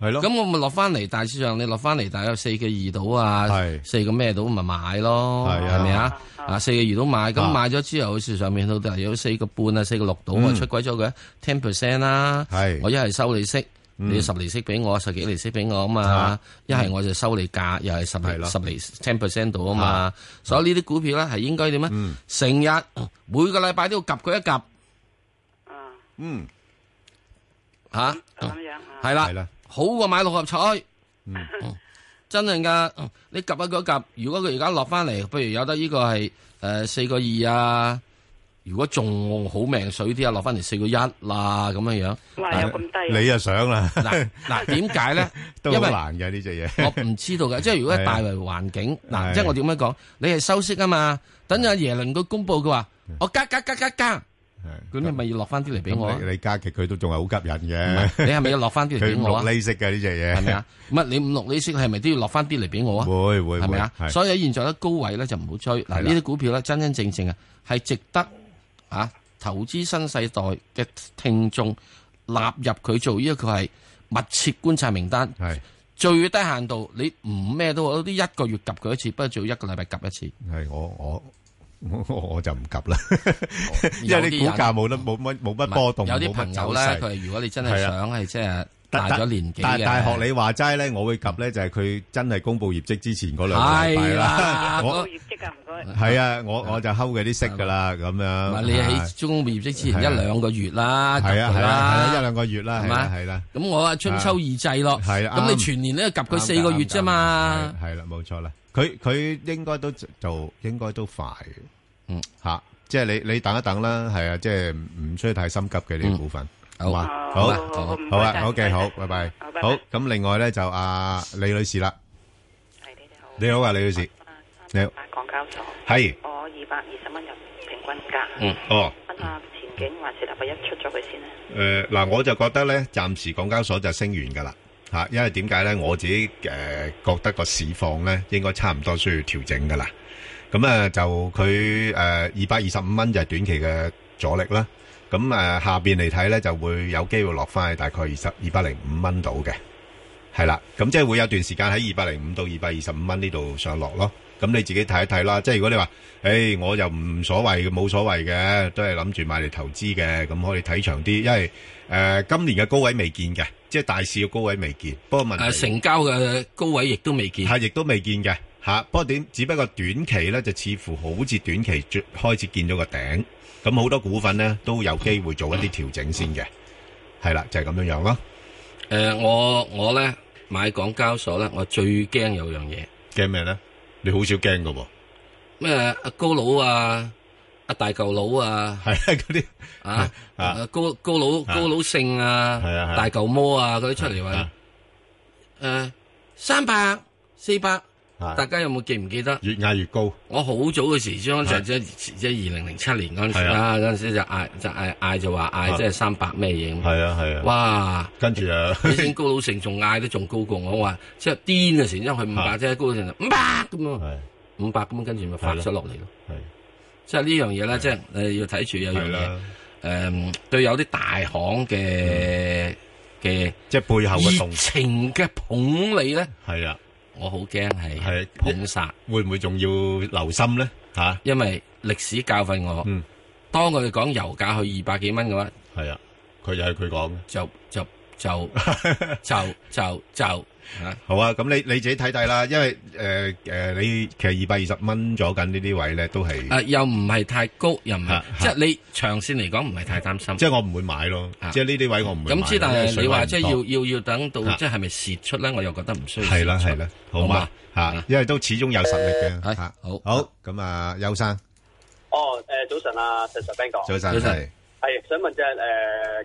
Speaker 4: 係咯，
Speaker 5: 咁我咪落翻嚟大市上，你落翻嚟大約四個二度啊
Speaker 4: 係，
Speaker 5: 四個咩度咪買咯，
Speaker 4: 係啊
Speaker 5: 係咪啊？啊四個二度買，
Speaker 4: 啊
Speaker 5: 咁買咗之後，市上面到大約四個半啊，四個六度啊，
Speaker 4: 嗯
Speaker 5: 出軌咗佢 ten percent 啦。
Speaker 4: 係
Speaker 5: 我一係收你息，你十厘息俾我，十幾厘息俾我啊嘛
Speaker 4: 嗯啊。
Speaker 5: 一係我就收你價，又係十
Speaker 4: 係
Speaker 5: 厘
Speaker 4: 咯
Speaker 5: 十厘 ten percent 度啊
Speaker 4: 啊
Speaker 5: 嘛。所以呢啲股票咧係應該點咧
Speaker 4: 嗯？
Speaker 5: 成日每個禮拜都要及佢一及
Speaker 4: 嗯
Speaker 5: 嚇，
Speaker 6: 咁樣啊。
Speaker 5: 係啦
Speaker 4: 係。啦，
Speaker 5: 好過買六合彩。
Speaker 4: 嗯
Speaker 5: 嗯真係噶，嗯你及一嗰及，如果佢而家落翻嚟，譬如有得呢個係誒四個二啊，如果仲好命水啲啊，落翻嚟四個一啦咁樣樣。
Speaker 8: 哇，有咁低啊，
Speaker 6: à.
Speaker 4: 你啊 想啦，
Speaker 5: 嗱 嗱，點解咧？
Speaker 4: 都好
Speaker 5: 因為
Speaker 4: 難嘅呢只 嘢，
Speaker 5: 我唔知道嘅，即係如果
Speaker 4: 係啊
Speaker 5: 喺大圍環境，
Speaker 4: 係
Speaker 5: 嗱，即係我點樣講？你係收息啊嘛，等陣阿耶倫佢公佈佢話，
Speaker 4: 嗯
Speaker 5: 我加加加加加，咁你咪要落翻啲嚟俾我啊。
Speaker 4: 你加極佢都仲係好吸引
Speaker 5: 唔係
Speaker 4: 嘅，
Speaker 5: 你係咪要落翻啲嚟俾
Speaker 4: 佢
Speaker 5: 我
Speaker 4: 五
Speaker 5: 啊
Speaker 4: 六？厘息嘅呢只嘢，
Speaker 5: 係咪啊？唔係你五六呢息係咪都要落翻啲嚟俾我啊？
Speaker 4: 會會
Speaker 5: 係咪啊
Speaker 4: 會？係
Speaker 5: 所以喺現在咧高位咧就唔好追。
Speaker 4: 係
Speaker 5: 嗱，
Speaker 4: 啦
Speaker 5: 呢啲股票咧真真正正啊，係值得啊投資新世代嘅聽眾納入佢做呢一個係密切觀察名單，
Speaker 4: 係
Speaker 5: 最低限度你唔咩都好，都一個月及佢一次，不過最好一個禮拜及一次。
Speaker 4: 係我我。我 我我就唔及啦，因
Speaker 5: 有啲
Speaker 4: 為啲股
Speaker 5: 人
Speaker 4: 價冇得冇乜冇乜波動，
Speaker 5: 有啲
Speaker 4: 冇乜
Speaker 5: 朋友
Speaker 4: 走
Speaker 5: 咧，
Speaker 4: 勢
Speaker 5: 佢係如果你真係
Speaker 4: 係啊
Speaker 5: 想係即係
Speaker 4: 但
Speaker 5: 大咗年紀
Speaker 4: 但
Speaker 5: 嘅，
Speaker 4: 但係學你話齋咧，我會及咧就係佢真係公布業績之前嗰兩個禮拜
Speaker 5: 係
Speaker 4: 啦
Speaker 5: 啦。，
Speaker 4: 我
Speaker 5: 嗰
Speaker 8: 業績啊，唔該。
Speaker 4: 係啊，我我就睺佢啲息噶啦，咁
Speaker 5: 唔
Speaker 4: 樣。
Speaker 5: 係你喺中公布業績之前
Speaker 4: 係啊
Speaker 5: 一兩個月啦，及
Speaker 4: 係啊係啊
Speaker 5: 佢
Speaker 4: 係
Speaker 5: 啦
Speaker 4: 啊，一兩個月啦，
Speaker 5: 係
Speaker 4: 係
Speaker 5: 嘛
Speaker 4: 啦係啦，
Speaker 5: 咁我啊春秋二制咯，
Speaker 4: 係啊
Speaker 5: 咁你
Speaker 4: 啱
Speaker 5: 全年都要及佢四個月啫嘛
Speaker 4: 啱㗎，啱㗎係啦，冇錯啦。佢佢應該都就應該都快嘅，
Speaker 5: 嗯
Speaker 4: 吓，即係你你等一等啦，係啊，即係唔唔需要太心急嘅呢啲股份，
Speaker 5: 好
Speaker 4: 嘛
Speaker 8: 哦
Speaker 6: Ờ,
Speaker 4: 好
Speaker 5: 好啊好啊
Speaker 8: 唔
Speaker 4: 好啊
Speaker 8: 該晒
Speaker 4: à. ，OK，好
Speaker 8: 唔，該晒
Speaker 4: 拜拜
Speaker 8: 好拜，拜
Speaker 4: 好。咁另外咧就阿李女士啦，
Speaker 8: 係你哋好，
Speaker 4: 你好啊，李女士，你好
Speaker 8: 買港交所，
Speaker 4: 係，
Speaker 8: 我二百二十蚊入平均價，
Speaker 4: 哦。
Speaker 8: 問下前景還是禮拜一出咗佢先咧？
Speaker 4: 誒嗱、我就覺得咧，暫時港交所就升完㗎啦嚇，因為點解咧？我自己誒、呃、覺得個市況咧應該差唔多需要調整㗎啦。咁啊，就佢誒二百二十五蚊就係短期嘅阻力啦。咁誒、呃下邊嚟睇咧就會有機會落翻去大概二十二百零五蚊度嘅，係啦。咁即係會有段時間喺二百零五到二百二十五蚊呢度上落咯。咁你自己睇一睇啦。即係如果你話，誒、我又唔所謂嘅，冇所謂嘅，都係諗住買嚟投資嘅，咁可以睇長啲，因為誒、呃今年嘅高位未見嘅，即係大市嘅高位未見。不過問題
Speaker 5: 誒啊成交嘅高位亦都未見，
Speaker 4: 係亦都未見嘅嚇。不過點，只不過短期咧就似乎好似短期最開始見咗個頂，咁好多股份咧都有機會做一啲調整先嘅，係啦，就係、咁樣樣咯。
Speaker 5: 誒我我咧買港交所咧，我最驚有樣嘢
Speaker 4: 驚咩咧？你好少驚嘅喎，
Speaker 5: 咩阿高佬啊，阿大舊佬啊，
Speaker 4: 係啊嗰 啲
Speaker 5: 啊
Speaker 4: 啊
Speaker 5: 誒高高佬
Speaker 4: 啊
Speaker 5: 高佬姓啊
Speaker 4: 係啊係啊，
Speaker 5: 大舊魔啊嗰啲出嚟話
Speaker 4: 啊
Speaker 5: 誒三百四百，
Speaker 4: 啊
Speaker 5: 大家有冇記唔記得？
Speaker 4: 越嗌越高，
Speaker 5: 我好早嘅時將就
Speaker 4: 係
Speaker 5: 即即二零零七年嗰陣時
Speaker 4: 係
Speaker 5: 啦，嗰陣時就嗌就嗌嗌就話
Speaker 4: 啊
Speaker 5: 嗌即係三百咩嘢咁，
Speaker 4: 係啊係啊
Speaker 5: 哇！
Speaker 4: 跟住 啊，
Speaker 5: 你先高佬成仲嗌得仲高過我，我話即係癲嘅時，因為佢五百
Speaker 4: 啊
Speaker 5: 啫，高佬成五百咁啊，
Speaker 4: 係
Speaker 5: 五百咁跟住咪發咗落嚟咯。
Speaker 4: 係
Speaker 5: 即係呢樣嘢咧，即係你要睇住有樣
Speaker 4: 係
Speaker 5: 嘢，
Speaker 4: 啦，
Speaker 5: 誒對有啲大行嘅嘅
Speaker 4: 即係背嗯後嘅動
Speaker 5: 熱情嘅捧你咧，
Speaker 4: 係啊，
Speaker 5: 我好驚係
Speaker 4: 係
Speaker 5: 捧殺。
Speaker 4: 會唔會仲要留心咧？嚇
Speaker 5: 因為歷史教訓我，
Speaker 4: 嗯
Speaker 5: 當我哋講油價去二百幾蚊嘅話，
Speaker 4: 係啊，佢又係佢講嘅。
Speaker 5: 就就 就就就就嚇
Speaker 4: 好啊，咁你你自己睇睇啦，因為誒誒，你其實二百二十蚊左緊呢啲位咧，都係
Speaker 5: 啊，又唔係太高，又唔係
Speaker 4: 啊，
Speaker 5: 即係你長線嚟講唔係太擔心。
Speaker 4: 即係我唔會買咯，
Speaker 5: 啊
Speaker 4: 即係呢啲位我唔會買。
Speaker 5: 咁之，但係你話即係
Speaker 4: 因為水位唔
Speaker 5: 要要要等到
Speaker 4: 啊
Speaker 5: 即係咪蝕出咧？我又覺得唔需
Speaker 4: 多
Speaker 5: 要。
Speaker 4: 係啦係啦，，好嘛
Speaker 5: 好嘛啊
Speaker 4: 嚇，因為都始終有實力嘅
Speaker 5: 係
Speaker 4: 嚇。
Speaker 5: 好
Speaker 4: 好咁啊，邱生
Speaker 9: 哦，誒、早晨啊，石 Sir Ben 哥，
Speaker 4: 早晨，
Speaker 5: 早晨
Speaker 9: 係想問只誒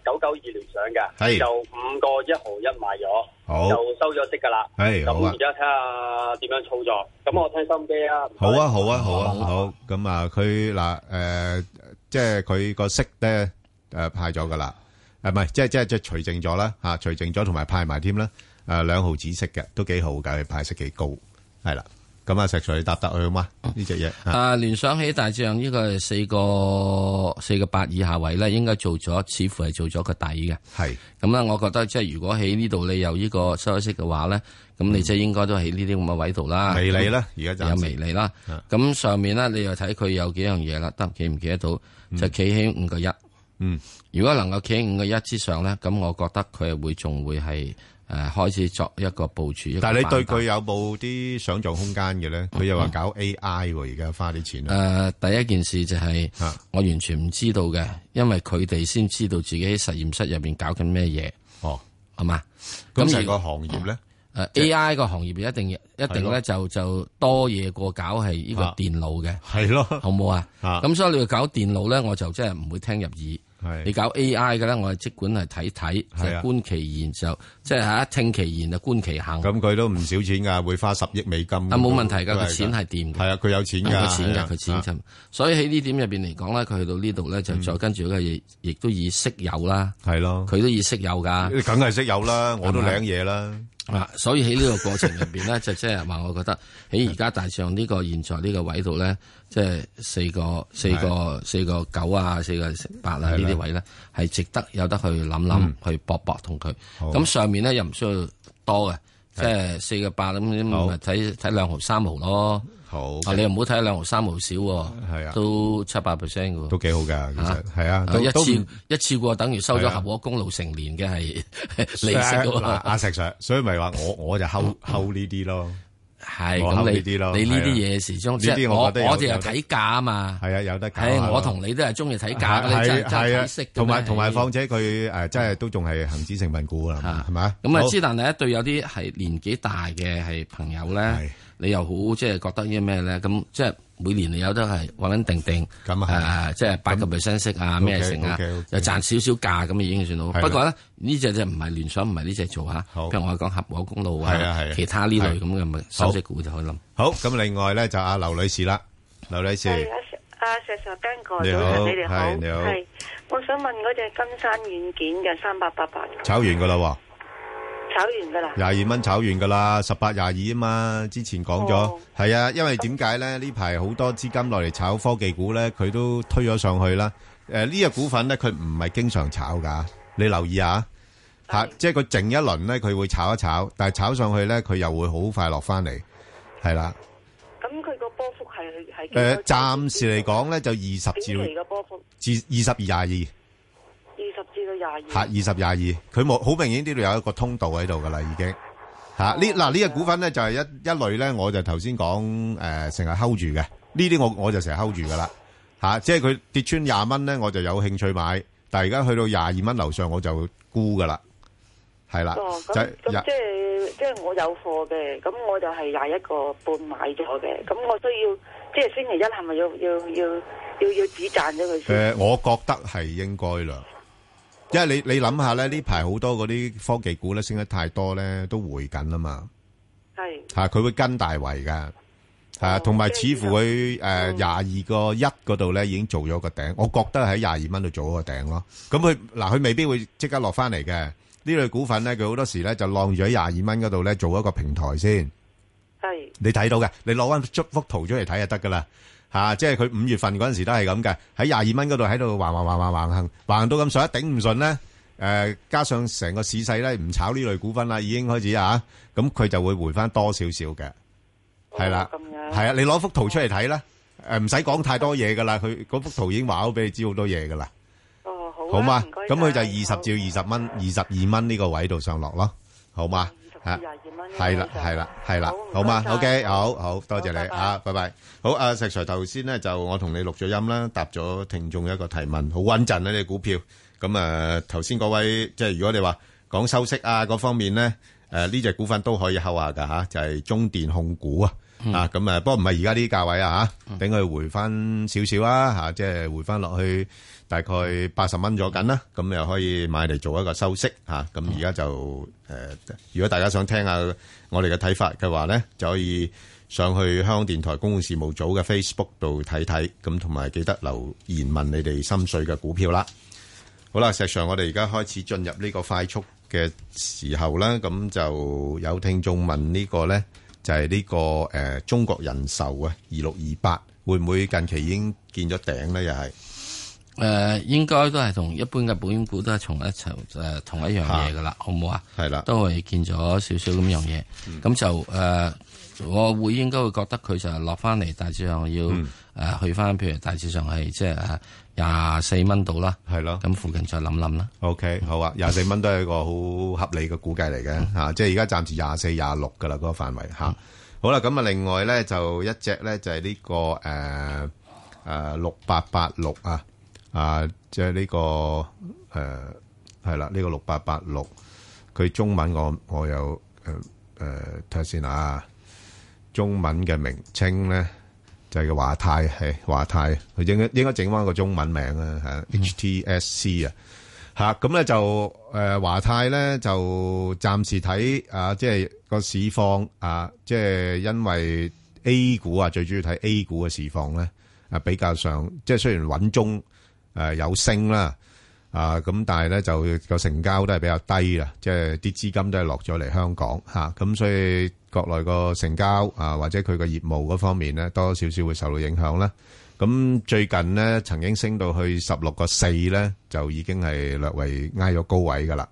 Speaker 9: 九九二聯想
Speaker 4: 係
Speaker 9: 嘅，就五個一毫一買咗，
Speaker 4: 好
Speaker 9: 就收咗息㗎啦。
Speaker 4: 係好
Speaker 9: 咁
Speaker 4: 啊
Speaker 9: 而，家睇下點樣操作。咁我聽心機啊。唔
Speaker 4: 好啊，
Speaker 9: 該
Speaker 4: 好啊，好啊，好咁啊，佢嗱誒，即係佢個息咧誒派咗噶啦，誒唔係，即係即係即係除淨咗啦嚇，除淨咗同埋派埋添啦，誒兩毫子息嘅都幾好㗎，佢派息幾高，係啦。咁咁啊，石 Sir 你答答佢好嘛？呢只嘢啊
Speaker 5: 啊，聯想起大致上呢個係四個四個八以下位咧，應該做咗，似乎係做咗個底嘅。
Speaker 4: 係
Speaker 5: 咁啊咧，我覺得即係如果喺呢度你有呢個收息嘅話咧，咁你即係應該都喺呢啲咁嘅位度啦。嗯
Speaker 4: 微利嗯啦，而家
Speaker 5: 有
Speaker 4: 暫
Speaker 5: 微
Speaker 4: 時
Speaker 5: 利啦
Speaker 4: 啊。
Speaker 5: 咁上面咧，你又睇佢有幾樣嘢啦，得企唔企得到？就企喺五個一。
Speaker 4: 嗯，
Speaker 5: 如果能夠企喺五個一之上咧，咁我覺得佢係會仲會係誒開始作一個部署。一個
Speaker 4: 但係你對
Speaker 5: 反彈
Speaker 4: 佢有冇啲想像空間嘅咧？佢又話搞 AI 喎，而家花啲錢
Speaker 5: 誒、
Speaker 4: 啊，
Speaker 5: 呃第一件事就係
Speaker 4: 啊
Speaker 5: 我完全唔知道嘅，因為佢哋先知道自己喺實驗室入邊搞緊咩嘢，
Speaker 4: 哦，
Speaker 5: 係嘛？
Speaker 4: 咁
Speaker 5: 咁
Speaker 4: 成
Speaker 5: 而
Speaker 4: 個行業咧，
Speaker 5: 誒 A.I. 個行業一定一
Speaker 4: 係
Speaker 5: 定
Speaker 4: 咯
Speaker 5: 咧就就多嘢過搞係呢個
Speaker 4: 啊
Speaker 5: 電腦嘅，
Speaker 4: 係咯，
Speaker 5: 好冇啊？
Speaker 4: 啊
Speaker 5: 咁所以你要搞電腦咧，我就真係唔會聽入耳。你
Speaker 4: 係
Speaker 5: 搞 A.I. 嘅咧，我係即管係睇睇，就
Speaker 4: 係啊
Speaker 5: 觀其言就即係嚇聽其言就觀其行。
Speaker 4: 咁佢都唔少錢㗎，會花十億美金。
Speaker 5: 啊
Speaker 4: 啊
Speaker 5: 冇問題㗎，個錢係掂嘅
Speaker 4: 係。啊，佢有錢㗎，
Speaker 5: 佢錢
Speaker 4: 係啊嗯
Speaker 5: 㗎，佢錢㗎。所以喺呢點入邊嚟講咧，佢去到呢度咧，就再跟住咧，亦亦都以息友啦，
Speaker 4: 係咯，
Speaker 5: 佢都以息友㗎。
Speaker 4: 梗係識有啦，我都領嘢啦，
Speaker 5: 啊，所以喺呢個過程入邊咧，就即係話，我覺得喺而家大致上呢個現在呢個位度咧，即係四個四個四個九啊，四個八啊呢啲位咧，係值得有得去諗諗，去搏搏同佢。
Speaker 4: 嗯好
Speaker 5: 咁上面咧又唔需要多嘅，即係四個八咁，
Speaker 4: 好
Speaker 5: 咪睇睇兩毫三毫咯。
Speaker 4: 好
Speaker 5: 啊，你又唔好睇兩毫三毫少喎，
Speaker 4: 係啊
Speaker 5: 都七八 percent 嘅喎
Speaker 4: 都。幾好㗎，其實係啊，
Speaker 5: 啊
Speaker 4: 都
Speaker 5: 一
Speaker 4: 都唔
Speaker 5: 次一次過等於收
Speaker 4: 係
Speaker 5: 咗
Speaker 4: 啊
Speaker 5: 合和公路成年嘅係 利息嘅
Speaker 4: 嗱
Speaker 5: 喎，
Speaker 4: 阿石 Sir，所以咪話我我就睺睺呢啲咯，
Speaker 5: 係
Speaker 4: 啊我
Speaker 5: 咁
Speaker 4: 呢啲咯
Speaker 5: 你你呢
Speaker 4: 係
Speaker 5: 啲
Speaker 4: 啊
Speaker 5: 嘢始終即
Speaker 4: 呢啲
Speaker 5: 係
Speaker 4: 我
Speaker 5: 我
Speaker 4: 覺得有
Speaker 5: 我哋又
Speaker 4: 有得
Speaker 5: 睇價啊嘛，
Speaker 4: 係啊，有得搞
Speaker 5: 唉
Speaker 4: 下
Speaker 5: 我
Speaker 4: 咯
Speaker 5: 同你都係中意睇價嘅，你真係
Speaker 4: 係
Speaker 5: 真係睇
Speaker 4: 係
Speaker 5: 息
Speaker 4: 啊
Speaker 5: 嘅，
Speaker 4: 同埋
Speaker 5: 咩
Speaker 4: 同埋況且佢誒真係都仲係恒指成分股啦，
Speaker 5: 啊
Speaker 4: 係咪
Speaker 5: 咁啊
Speaker 4: 好
Speaker 5: 之，但係咧對有啲係年紀大嘅係朋友
Speaker 4: 係
Speaker 5: 咧，你又好即係覺得啲咩咧？咁即係每年你有得係穩穩定定，
Speaker 4: 咁啊
Speaker 5: 誒即係八個 percent 息啊咩成啊
Speaker 4: OK，OK，OK，
Speaker 5: 又賺少少價咁已經算好。
Speaker 4: 係啦
Speaker 5: 不過咧呢只就唔係聯想，唔係呢只做嚇，
Speaker 4: 好
Speaker 5: 譬如我講合和公路
Speaker 4: 係啊係
Speaker 5: 啊
Speaker 4: 啊，
Speaker 5: 其他呢類咁嘅咪收息股就可以諗。
Speaker 4: 好咁，另外咧就阿劉女士啦，劉女士
Speaker 8: 係啊，石啊石 Sir Ben 哥，
Speaker 4: 你
Speaker 8: 早
Speaker 4: 好
Speaker 8: 晨你哋好，
Speaker 4: 係你好
Speaker 8: 係，我想問嗰只金山軟件嘅三八八八
Speaker 4: 炒完㗎啦喎，
Speaker 8: 炒完噶啦，
Speaker 4: 廿二蚊炒完㗎啦，十八廿二啊嘛，之前講咗
Speaker 8: 哦
Speaker 4: 係啊，因為點解咧？呢排好多資金落嚟炒科技股咧，佢都推咗上去啦。誒呢只股份咧，佢唔係經常炒㗎，你留意下。吓，即係佢靜一輪咧，佢會炒一炒，但係炒上去咧，佢又會好快落翻嚟，係啦。
Speaker 8: 咁佢個波幅係係幾
Speaker 4: 誒、
Speaker 8: 多？
Speaker 4: 暫時嚟講咧，就二十
Speaker 8: 短
Speaker 4: 至
Speaker 8: 期嘅波幅
Speaker 4: 至二十二廿
Speaker 8: 二十至到廿
Speaker 4: 二嚇，
Speaker 8: 二，
Speaker 4: 二十廿二，佢冇好明顯呢度有一個通道喺度噶啦，已經嚇呢嗱呢個股份咧就係、一一類咧，我就頭先講誒成日 hold 住嘅，呢啲我我就成日 hold 住噶啦嚇，即係佢跌穿廿蚊咧，我就有興趣買，但係而家去到廿二蚊樓上我就沽噶啦，係啦，
Speaker 8: 哦，
Speaker 4: 就
Speaker 8: 咁
Speaker 4: 係
Speaker 8: 咁
Speaker 4: 廿
Speaker 8: 即係即係我有貨嘅，咁我就係廿一個半買咗嘅，咁我需要即係星期一係咪要要要要要止賺咗佢
Speaker 4: 誒、
Speaker 8: 先？
Speaker 4: 我覺得係應該啦，因為你你諗下咧，呢排好多嗰啲科技股咧升得太多咧，都回緊啦啊嘛，
Speaker 8: 係
Speaker 4: 嚇、佢會跟大圍噶，嚇、
Speaker 8: 哦
Speaker 4: 同埋似
Speaker 8: 即係
Speaker 4: 乎佢誒廿二個一嗰度咧已經做咗個頂，我覺得喺廿二蚊度做咗個頂咯。咁佢嗱佢未必會即刻落翻嚟嘅，呢類股份咧佢好多時咧就晾住喺廿二蚊嗰度咧做一個平台先。
Speaker 8: 係
Speaker 4: 你睇到嘅，你攞翻出幅圖出嚟睇就得噶啦。嚇、即係佢五月份嗰陣時都係咁嘅，喺廿二蚊嗰度喺度橫橫橫橫橫行，橫到咁上一頂唔順咧。誒、加上成個市勢咧，唔炒呢類股份啦，已經開始啊，咁佢就會回翻多少少嘅，係啦
Speaker 8: 哦咁，樣
Speaker 4: 係啊，你攞幅圖出嚟睇啦，誒唔使講太多嘢噶啦，佢嗰幅圖已經話咗俾你知好多嘢噶啦，
Speaker 8: 哦好啊
Speaker 4: 好嘛
Speaker 8: 唔該？
Speaker 4: 咁佢就
Speaker 8: 晒
Speaker 4: 二十至二十蚊、二十二蚊呢個位度上落咯，好嘛？
Speaker 8: 二
Speaker 4: 啊
Speaker 8: 十至廿二蚊呢個位
Speaker 4: 係啦，
Speaker 8: 就
Speaker 4: 係啦，係啦，
Speaker 8: 好
Speaker 4: 好嘛
Speaker 8: 唔該晒
Speaker 4: ？OK，好好，多謝
Speaker 8: 好拜
Speaker 4: 你
Speaker 8: 拜
Speaker 4: 啊，拜拜。好，阿石 Sir 頭先咧就我同你錄咗音啦，答咗聽眾一個提問，好穩陣啊！呢啲股票咁啊，頭先嗰位即係如果你話講收息啊嗰方面咧，誒呢只股份都可以睺下㗎嚇，就係中電控股啊。
Speaker 8: 嗯
Speaker 4: 啊，咁啊，不過唔係而家呢啲價位啊嚇，等佢回翻少少啊嚇，即係回翻落去大概八十蚊咗緊啦，咁又可以買嚟做一個收息嚇。咁而家就誒，如果大家想聽下我哋嘅睇法嘅話咧，就可以上去香港電台公共事務組嘅 Facebook 度睇睇，咁同埋記得留言問你哋心水嘅股票啦。好啦，石 Sir，我哋而家開始進入呢個快速嘅時候啦，咁就有聽眾問呢個呢，就就係呢、個呃中國人壽啊，二六二八會唔會近期已經見咗頂咧？又係
Speaker 5: 誒、呃應該都係同一般嘅保險股都係從一層誒、同一樣嘢噶啦，好唔好啊？
Speaker 4: 係啦，嗯
Speaker 5: 都係見咗少少咁樣嘢，咁、就誒、呃我會應該會覺得佢就係落翻嚟，大致上要
Speaker 4: 嗯
Speaker 5: 誒、去翻，譬如大致上係即係誒廿四蚊度啦，
Speaker 4: 係咯。
Speaker 5: 咁附近再諗諗啦。
Speaker 4: OK，好啊，廿四蚊都係一個好合理嘅估計嚟嘅嚇，即係而家暫時廿四、廿六噶啦嗰個範圍嚇。好啦，咁啊，另外咧就一隻咧就係呢、個誒誒六八八六啊，啊，即係呢個誒係啦，呢個六八八六，佢中文我我有誒誒睇下先啊，中文嘅名稱咧。就係個華泰係華泰，佢應該應該整翻個中文名啊嚇，HTSC 啊嚇，咁咧就誒華泰咧就暫時睇啊，即係個市況啊，即係因為 A 股啊，最主要睇 A 股嘅市況咧啊比較上，即係雖然穩中誒有升啦。啊，咁但係咧就個成交都係比較低啦，即係啲資金都係落咗嚟香港嚇，咁、所以國內個成交啊或者佢個業務嗰方面咧多多少少會受到影響啦。咁最近咧曾經升到去十六個四咧，就已經係略為挨咗高位噶啦。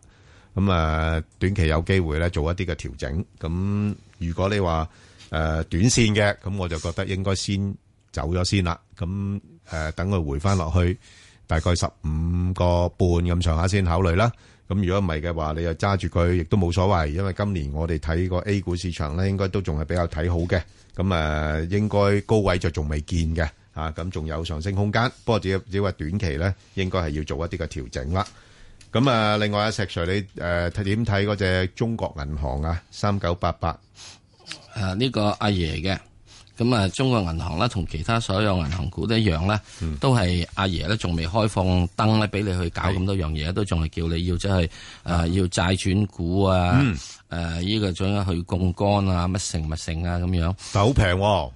Speaker 4: 咁啊，短期有機會咧做一啲嘅調整。咁如果你話誒、呃短線嘅，咁我就覺得應該先走咗先啦。咁誒、呃等佢回翻落去大概十五個半咁上下先考慮啦。咁如果唔係嘅話，你又揸住佢亦都冇所謂，因為今年我哋睇個 A 股市場咧，應該都仲係比較睇好嘅。咁誒、呃，應該高位就仲未見嘅。啊，咁仲有上升空間，不過只只話短期咧，應該係要做一啲嘅調整啦。咁啊，另外啊，石 Sir 你誒睇點睇嗰只中國銀行啊，三九八八
Speaker 5: 誒呃呢、個阿爺嘅，咁啊中國銀行啦，同其他所有銀行股都一樣啦，都係阿爺咧仲未開放燈咧，俾你去搞咁多樣嘢，都仲係叫你要即係誒呃要債轉股啊，誒呢、個仲有去槓桿啊，乜成乜成啊咁樣。
Speaker 4: 但好平喎，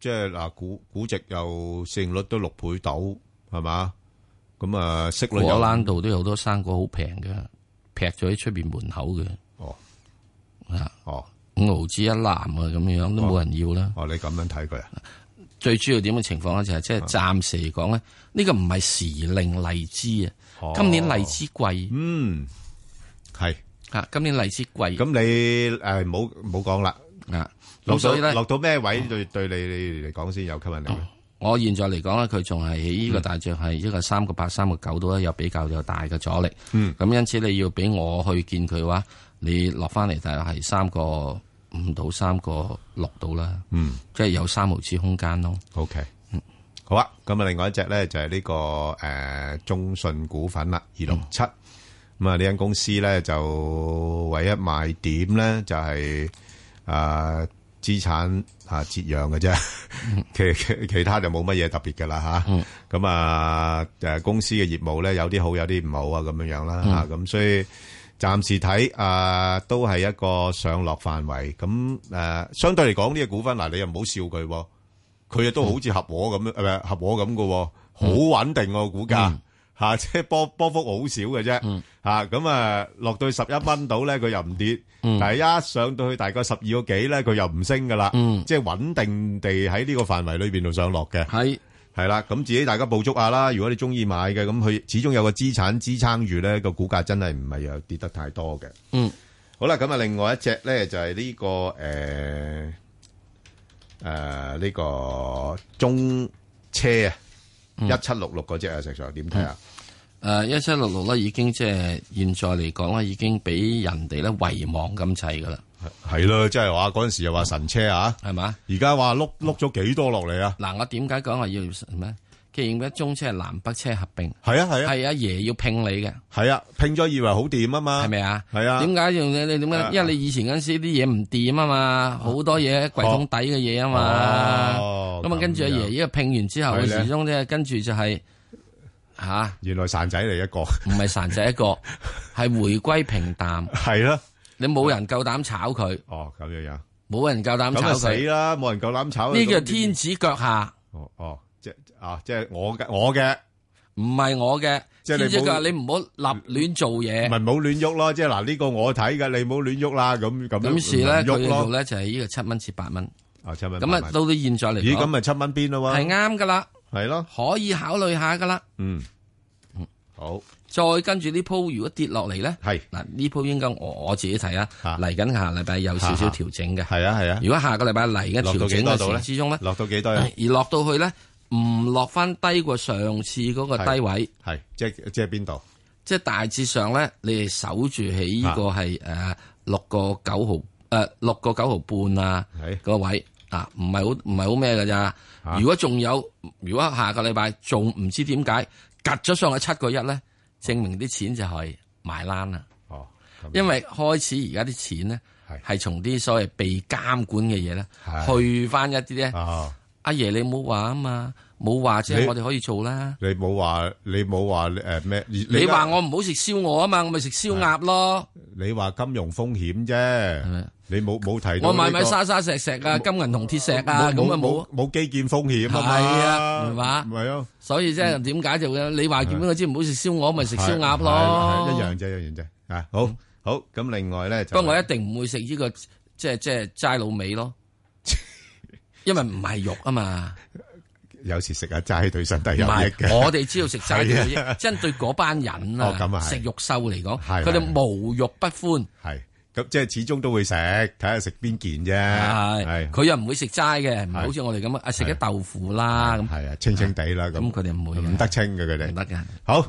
Speaker 4: 即係嗱估估值又市盈率都六倍到，係嘛？咁啊息率
Speaker 5: 果
Speaker 4: 又
Speaker 5: 欄度都有好多生果好平嘅，劈咗喺出邊門口嘅，
Speaker 4: 哦
Speaker 5: 啊
Speaker 4: 哦
Speaker 5: 五毫子一籃啊咁樣都冇人要啦。
Speaker 4: 哦，你咁樣睇佢啊？
Speaker 5: 最主要點嘅情況咧就係即係暫時嚟講咧，呢、個唔係時令荔枝啊，
Speaker 4: 哦
Speaker 5: 今年荔枝貴。
Speaker 4: 嗯，係。
Speaker 5: 啊，今年荔枝貴
Speaker 4: 咁你誒唔好唔好講啦，
Speaker 5: 啊，
Speaker 4: 落
Speaker 5: 咁
Speaker 4: 到
Speaker 5: 所以咧
Speaker 4: 落，到咩位對對你你嚟講先有吸引力咧？
Speaker 5: 我現在嚟講咧，佢仲係喺呢個大象係一個三個八、三個九度咧，有比較有大嘅阻力。
Speaker 4: 嗯
Speaker 5: 咁因此你要俾我去見佢嘅話，你落翻嚟大約係三個五到三個六度啦，
Speaker 4: 嗯
Speaker 5: 即係有三毫子空間咯。
Speaker 4: ，OK，好啊。咁啊，另外一隻咧就係呢個誒中信股份啦，二六七。咁啊，呢間公司咧就唯一賣點咧就係誒資產啊折讓嘅啫，其其其他就冇乜嘢特別嘅啦吓。咁啊誒公司嘅業務咧有啲好有啲唔好啊咁樣樣啦嚇，咁所以。暫時睇啊、都係一個上落範圍。咁誒、啊相對嚟講呢個股份嗱、你又唔好笑佢喎，佢亦都好似合和咁樣，誒、合和咁嘅喎，好穩定個、股價嚇、即係波波幅好少嘅啫嚇。咁啊，落到十一蚊到咧，佢又唔跌，但係一上到去大概十二個幾咧，佢又唔升噶啦，
Speaker 5: 嗯
Speaker 4: 即係穩定地喺呢個範圍裏邊度上落嘅。
Speaker 5: 喺
Speaker 4: 係啦，咁自己大家捕捉下啦。如果你中意買嘅，咁佢始終有個資產支撐住咧，個股價真係唔係又跌得太多嘅。
Speaker 5: 嗯，
Speaker 4: 好啦，咁啊，另外一隻咧就係呢、個誒誒呢個中車啊，一七六六嗰只啊，石 Sir 點睇啊？
Speaker 5: 誒呃一七六六咧已經即係現在嚟講咧已經俾人哋咧遺忘咁滯噶啦，
Speaker 4: 嗯係咯，即係話嗰陣時又話神車啊，
Speaker 5: 係嘛？
Speaker 4: 而家話碌碌咗幾多落嚟啊？
Speaker 5: 嗱，我點解講話要咩？既然而家中車係南北車合併，
Speaker 4: 係啊，係啊，
Speaker 5: 係阿爺要拼你嘅，
Speaker 4: 係啊，拼咗以為好掂啊嘛，
Speaker 5: 係咪啊？
Speaker 4: 係啊
Speaker 5: 點解用你你點
Speaker 4: 啊
Speaker 5: 解？因為你以前嗰陣時啲嘢唔掂啊嘛，好多嘢櫃桶底嘅嘢啊嘛。
Speaker 4: 哦
Speaker 5: 咁啊，跟住阿
Speaker 4: 咁樣
Speaker 5: 爺依個拼完之後，
Speaker 4: 係
Speaker 5: 佢
Speaker 4: 咧
Speaker 5: 始終即係跟住就係吓，
Speaker 4: 原來散仔嚟一個，
Speaker 5: 唔係孱仔一個，係回歸平淡。
Speaker 4: 係啦。
Speaker 5: 你冇人夠膽炒佢，
Speaker 4: 哦，咁樣樣，
Speaker 5: 冇人夠膽
Speaker 4: 咁
Speaker 5: 炒
Speaker 4: 啊死
Speaker 5: 佢。
Speaker 4: 啦，冇人夠膽炒佢
Speaker 5: 呢個
Speaker 4: 咁
Speaker 5: 天子腳下，
Speaker 4: 哦哦，即啊，即係我嘅我嘅
Speaker 5: 唔係我嘅，
Speaker 4: 即係
Speaker 5: 兼
Speaker 4: 你
Speaker 5: 且佢話
Speaker 4: 冇
Speaker 5: 你唔好立亂做嘢。
Speaker 4: 咪唔好亂喐咯，即係嗱，呢個我睇㗎，你唔好亂喐啦，咁-咁
Speaker 5: 咁是咧，佢
Speaker 4: 唔喐咯。
Speaker 5: 呢度咧就係呢個七蚊至八蚊。
Speaker 4: 啊，七蚊
Speaker 5: 咁啊，
Speaker 4: 八蚊。
Speaker 5: 到到現在嚟
Speaker 4: 咦，
Speaker 5: 講，
Speaker 4: 咁咪七蚊邊咯喎。
Speaker 5: 係啱噶啦，可以考慮下噶啦。
Speaker 4: 係咯，嗯。好，係，
Speaker 5: 再跟住呢鋪，如果跌落嚟咧，嗱呢鋪應該我我自己睇啊，
Speaker 4: 嚇
Speaker 5: 嚟緊下禮拜有少少調整嘅。
Speaker 4: 係啊，係啊。
Speaker 5: 如果下個禮拜嚟嘅
Speaker 4: 落
Speaker 5: 調
Speaker 4: 到
Speaker 5: 整
Speaker 4: 幾多度
Speaker 5: 嘅
Speaker 4: 咧
Speaker 5: 時之中咧，
Speaker 4: 落到幾多啊？
Speaker 5: 而落到去咧，唔落翻低過上次嗰個低位，
Speaker 4: 係，即係-即係邊度？
Speaker 5: 即係大致上咧，你哋守住喺呢個係誒六個九毫誒六個九毫半啊
Speaker 4: 係
Speaker 5: 個位啊，唔係好唔係好咩㗎
Speaker 4: 啊
Speaker 5: 咋？如果仲有，如果下個禮拜仲唔知點解趌咗上去七個一咧，證明啲錢就係買單啦。
Speaker 4: 哦，咁。
Speaker 5: 因為開始而家啲錢咧
Speaker 4: 係
Speaker 5: 係從啲所謂被監管嘅嘢咧
Speaker 4: 係啊
Speaker 5: 去翻一啲咧。阿爺你冇話啊嘛，冇話即
Speaker 4: 你
Speaker 5: 係我哋可以做啦。
Speaker 4: 哦，你冇話-你冇話，誒，咩，你-
Speaker 5: 你
Speaker 4: 你而家-
Speaker 5: 話我唔好食燒鵝啊嘛，我咪食燒鴨咯。
Speaker 4: 你話金融風險啫，你冇-冇提到
Speaker 5: 我買
Speaker 4: 呢個
Speaker 5: 買沙沙石石啊，金銀銅鐵石啊，
Speaker 4: 冇-
Speaker 5: 咁啊冇。
Speaker 4: 冇-冇-冇基建風險啊嘛。
Speaker 5: 係啊，明白。
Speaker 4: 咪咯。
Speaker 5: 所以即係點解就會你話點樣知唔好食燒鵝，咪食燒鴨
Speaker 4: 嗯係-係-
Speaker 5: 咯。
Speaker 4: 係，一樣啫，一樣啫。啊，好，好，咁另外呢，就
Speaker 5: 不過我
Speaker 4: 係
Speaker 5: 一
Speaker 4: -
Speaker 5: 定唔會食呢個即係即係齋老味 咯，因為唔係肉啊嘛。唔
Speaker 4: 有時食下齋對身體有益嘅。
Speaker 5: 係，我哋知道食齋嘅
Speaker 4: 係啊
Speaker 5: 啫，真對嗰班人
Speaker 4: 哦咁啊
Speaker 5: 啊，
Speaker 4: 係
Speaker 5: 食肉獸嚟講，
Speaker 4: 係
Speaker 5: 佢哋
Speaker 4: 係
Speaker 5: 無肉不歡。
Speaker 4: 係，咁即係始終都會食，睇下食邊件啫。
Speaker 5: 係，
Speaker 4: 係，
Speaker 5: 佢又唔會食齋嘅，唔係
Speaker 4: 係
Speaker 5: 好似我哋咁啊，食啲豆腐啦咁，
Speaker 4: à, 係啊，清清地啦，咁。
Speaker 5: 咁佢哋唔會嘅，
Speaker 4: 唔得清嘅，佢哋。
Speaker 5: 唔得嘅。
Speaker 4: 好，à,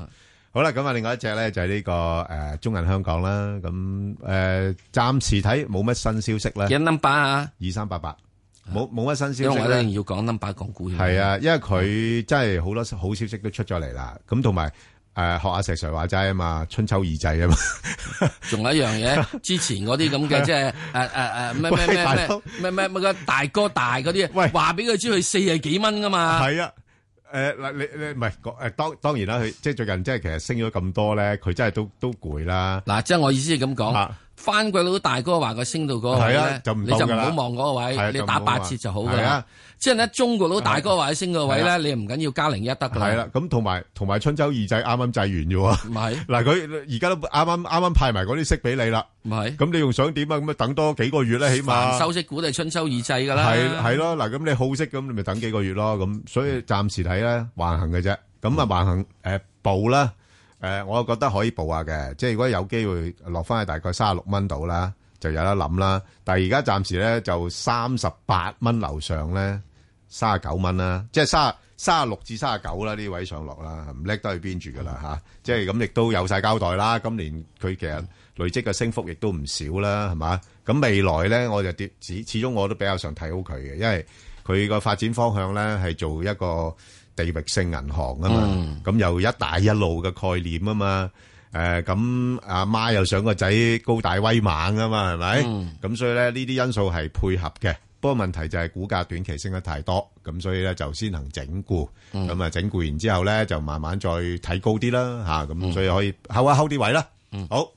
Speaker 4: 好啦，咁啊，另外一隻呢，就係呢個，誒，中銀香港啦，咁，誒，暫時睇冇乜新消息啦，
Speaker 5: 幾多 number 啊？
Speaker 4: 2388，冇-
Speaker 5: 因
Speaker 4: 冇乜新消息啦。
Speaker 5: 為我一定要講 number 講股票。
Speaker 4: 系，啊，因為佢真係好多好消息都出咗嚟啦。咁同埋诶，学阿石 Sir 話齋啊嘛，春秋二祭啊嘛，
Speaker 5: 仲有一樣 嘢，之前嗰啲咁嘅即係誒誒誒咩咩
Speaker 4: 啊喂
Speaker 5: 咩
Speaker 4: 大佬
Speaker 5: 咩咩咩咩個大哥大嗰
Speaker 4: 喂
Speaker 5: 啲，話俾佢知佢四十幾蚊噶嘛。
Speaker 4: 係啊。诶嗱，你你唔係诶，當當然啦，佢即係最近即係其實升咗咁多咧，佢真係都都攰啦。
Speaker 5: 嗱，即係我意思係咁講
Speaker 4: 啊，
Speaker 5: 翻鬼佬大哥話佢升到嗰個位
Speaker 4: 係啊
Speaker 5: 咧
Speaker 4: 就唔
Speaker 5: 你
Speaker 4: 鬥
Speaker 5: 就
Speaker 4: 㗎
Speaker 5: 唔
Speaker 4: 啦
Speaker 5: 好望嗰
Speaker 4: 係
Speaker 5: 個
Speaker 4: 啊
Speaker 5: 位，
Speaker 4: 就
Speaker 5: 你
Speaker 4: 唔
Speaker 5: 打
Speaker 4: 好
Speaker 5: 八
Speaker 4: 望
Speaker 5: 折就好
Speaker 4: 係
Speaker 5: 㗎啦
Speaker 4: 啊。
Speaker 5: 即係咧，中國佬大哥話佢升個位
Speaker 4: 係啊
Speaker 5: 咧，你唔緊要加零一得㗎啦。
Speaker 4: 係啦，咁同埋同埋春秋二祭啱啱制完啫喎。
Speaker 5: 唔係
Speaker 4: 嗱，佢而家都啱啱啱啱派埋嗰啲息俾你啦。
Speaker 5: 唔係。
Speaker 4: 咁你仲想點啊？咁啊等多幾個月咧，起
Speaker 5: 凡
Speaker 4: 碼
Speaker 5: 收息股都係春秋二季噶啦，
Speaker 4: 啊係-係咯，嗱，咁你好息咁，你咪等幾個月咯，咁，所以暫時睇呢，橫行嘅啫。咁啊，橫行，誒，步啦，誒，我覺得可以步下嘅，即係如果有機會落返去大概36蚊度啦，就有得諗啦。但係而家暫時呢，就38蚊樓上呢，39蚊啦，即係30 36至39啦，呢位上落啦，唔叻得去邊住㗎啦，吓。即係咁，亦都有晒交代啦，今年佢其實累積嘅升幅亦都唔少啦，係嘛？咁未來咧，我就跌始始終我都比較上睇好佢嘅，因為佢個發展方向咧係做一個地域性銀行啊
Speaker 5: 嗯
Speaker 4: 嘛，咁、又一帶一路嘅概念啊嘛。誒咁阿媽又想個仔高大威猛啊嘛，係咪？咁、所以咧呢啲因素係配合嘅。不過問題就係股價短期升得太多，咁所以咧就先行整固。咁啊、整固完之後咧就慢慢再睇高啲啦嚇，咁、所以可以睺一睺啲位啦。好。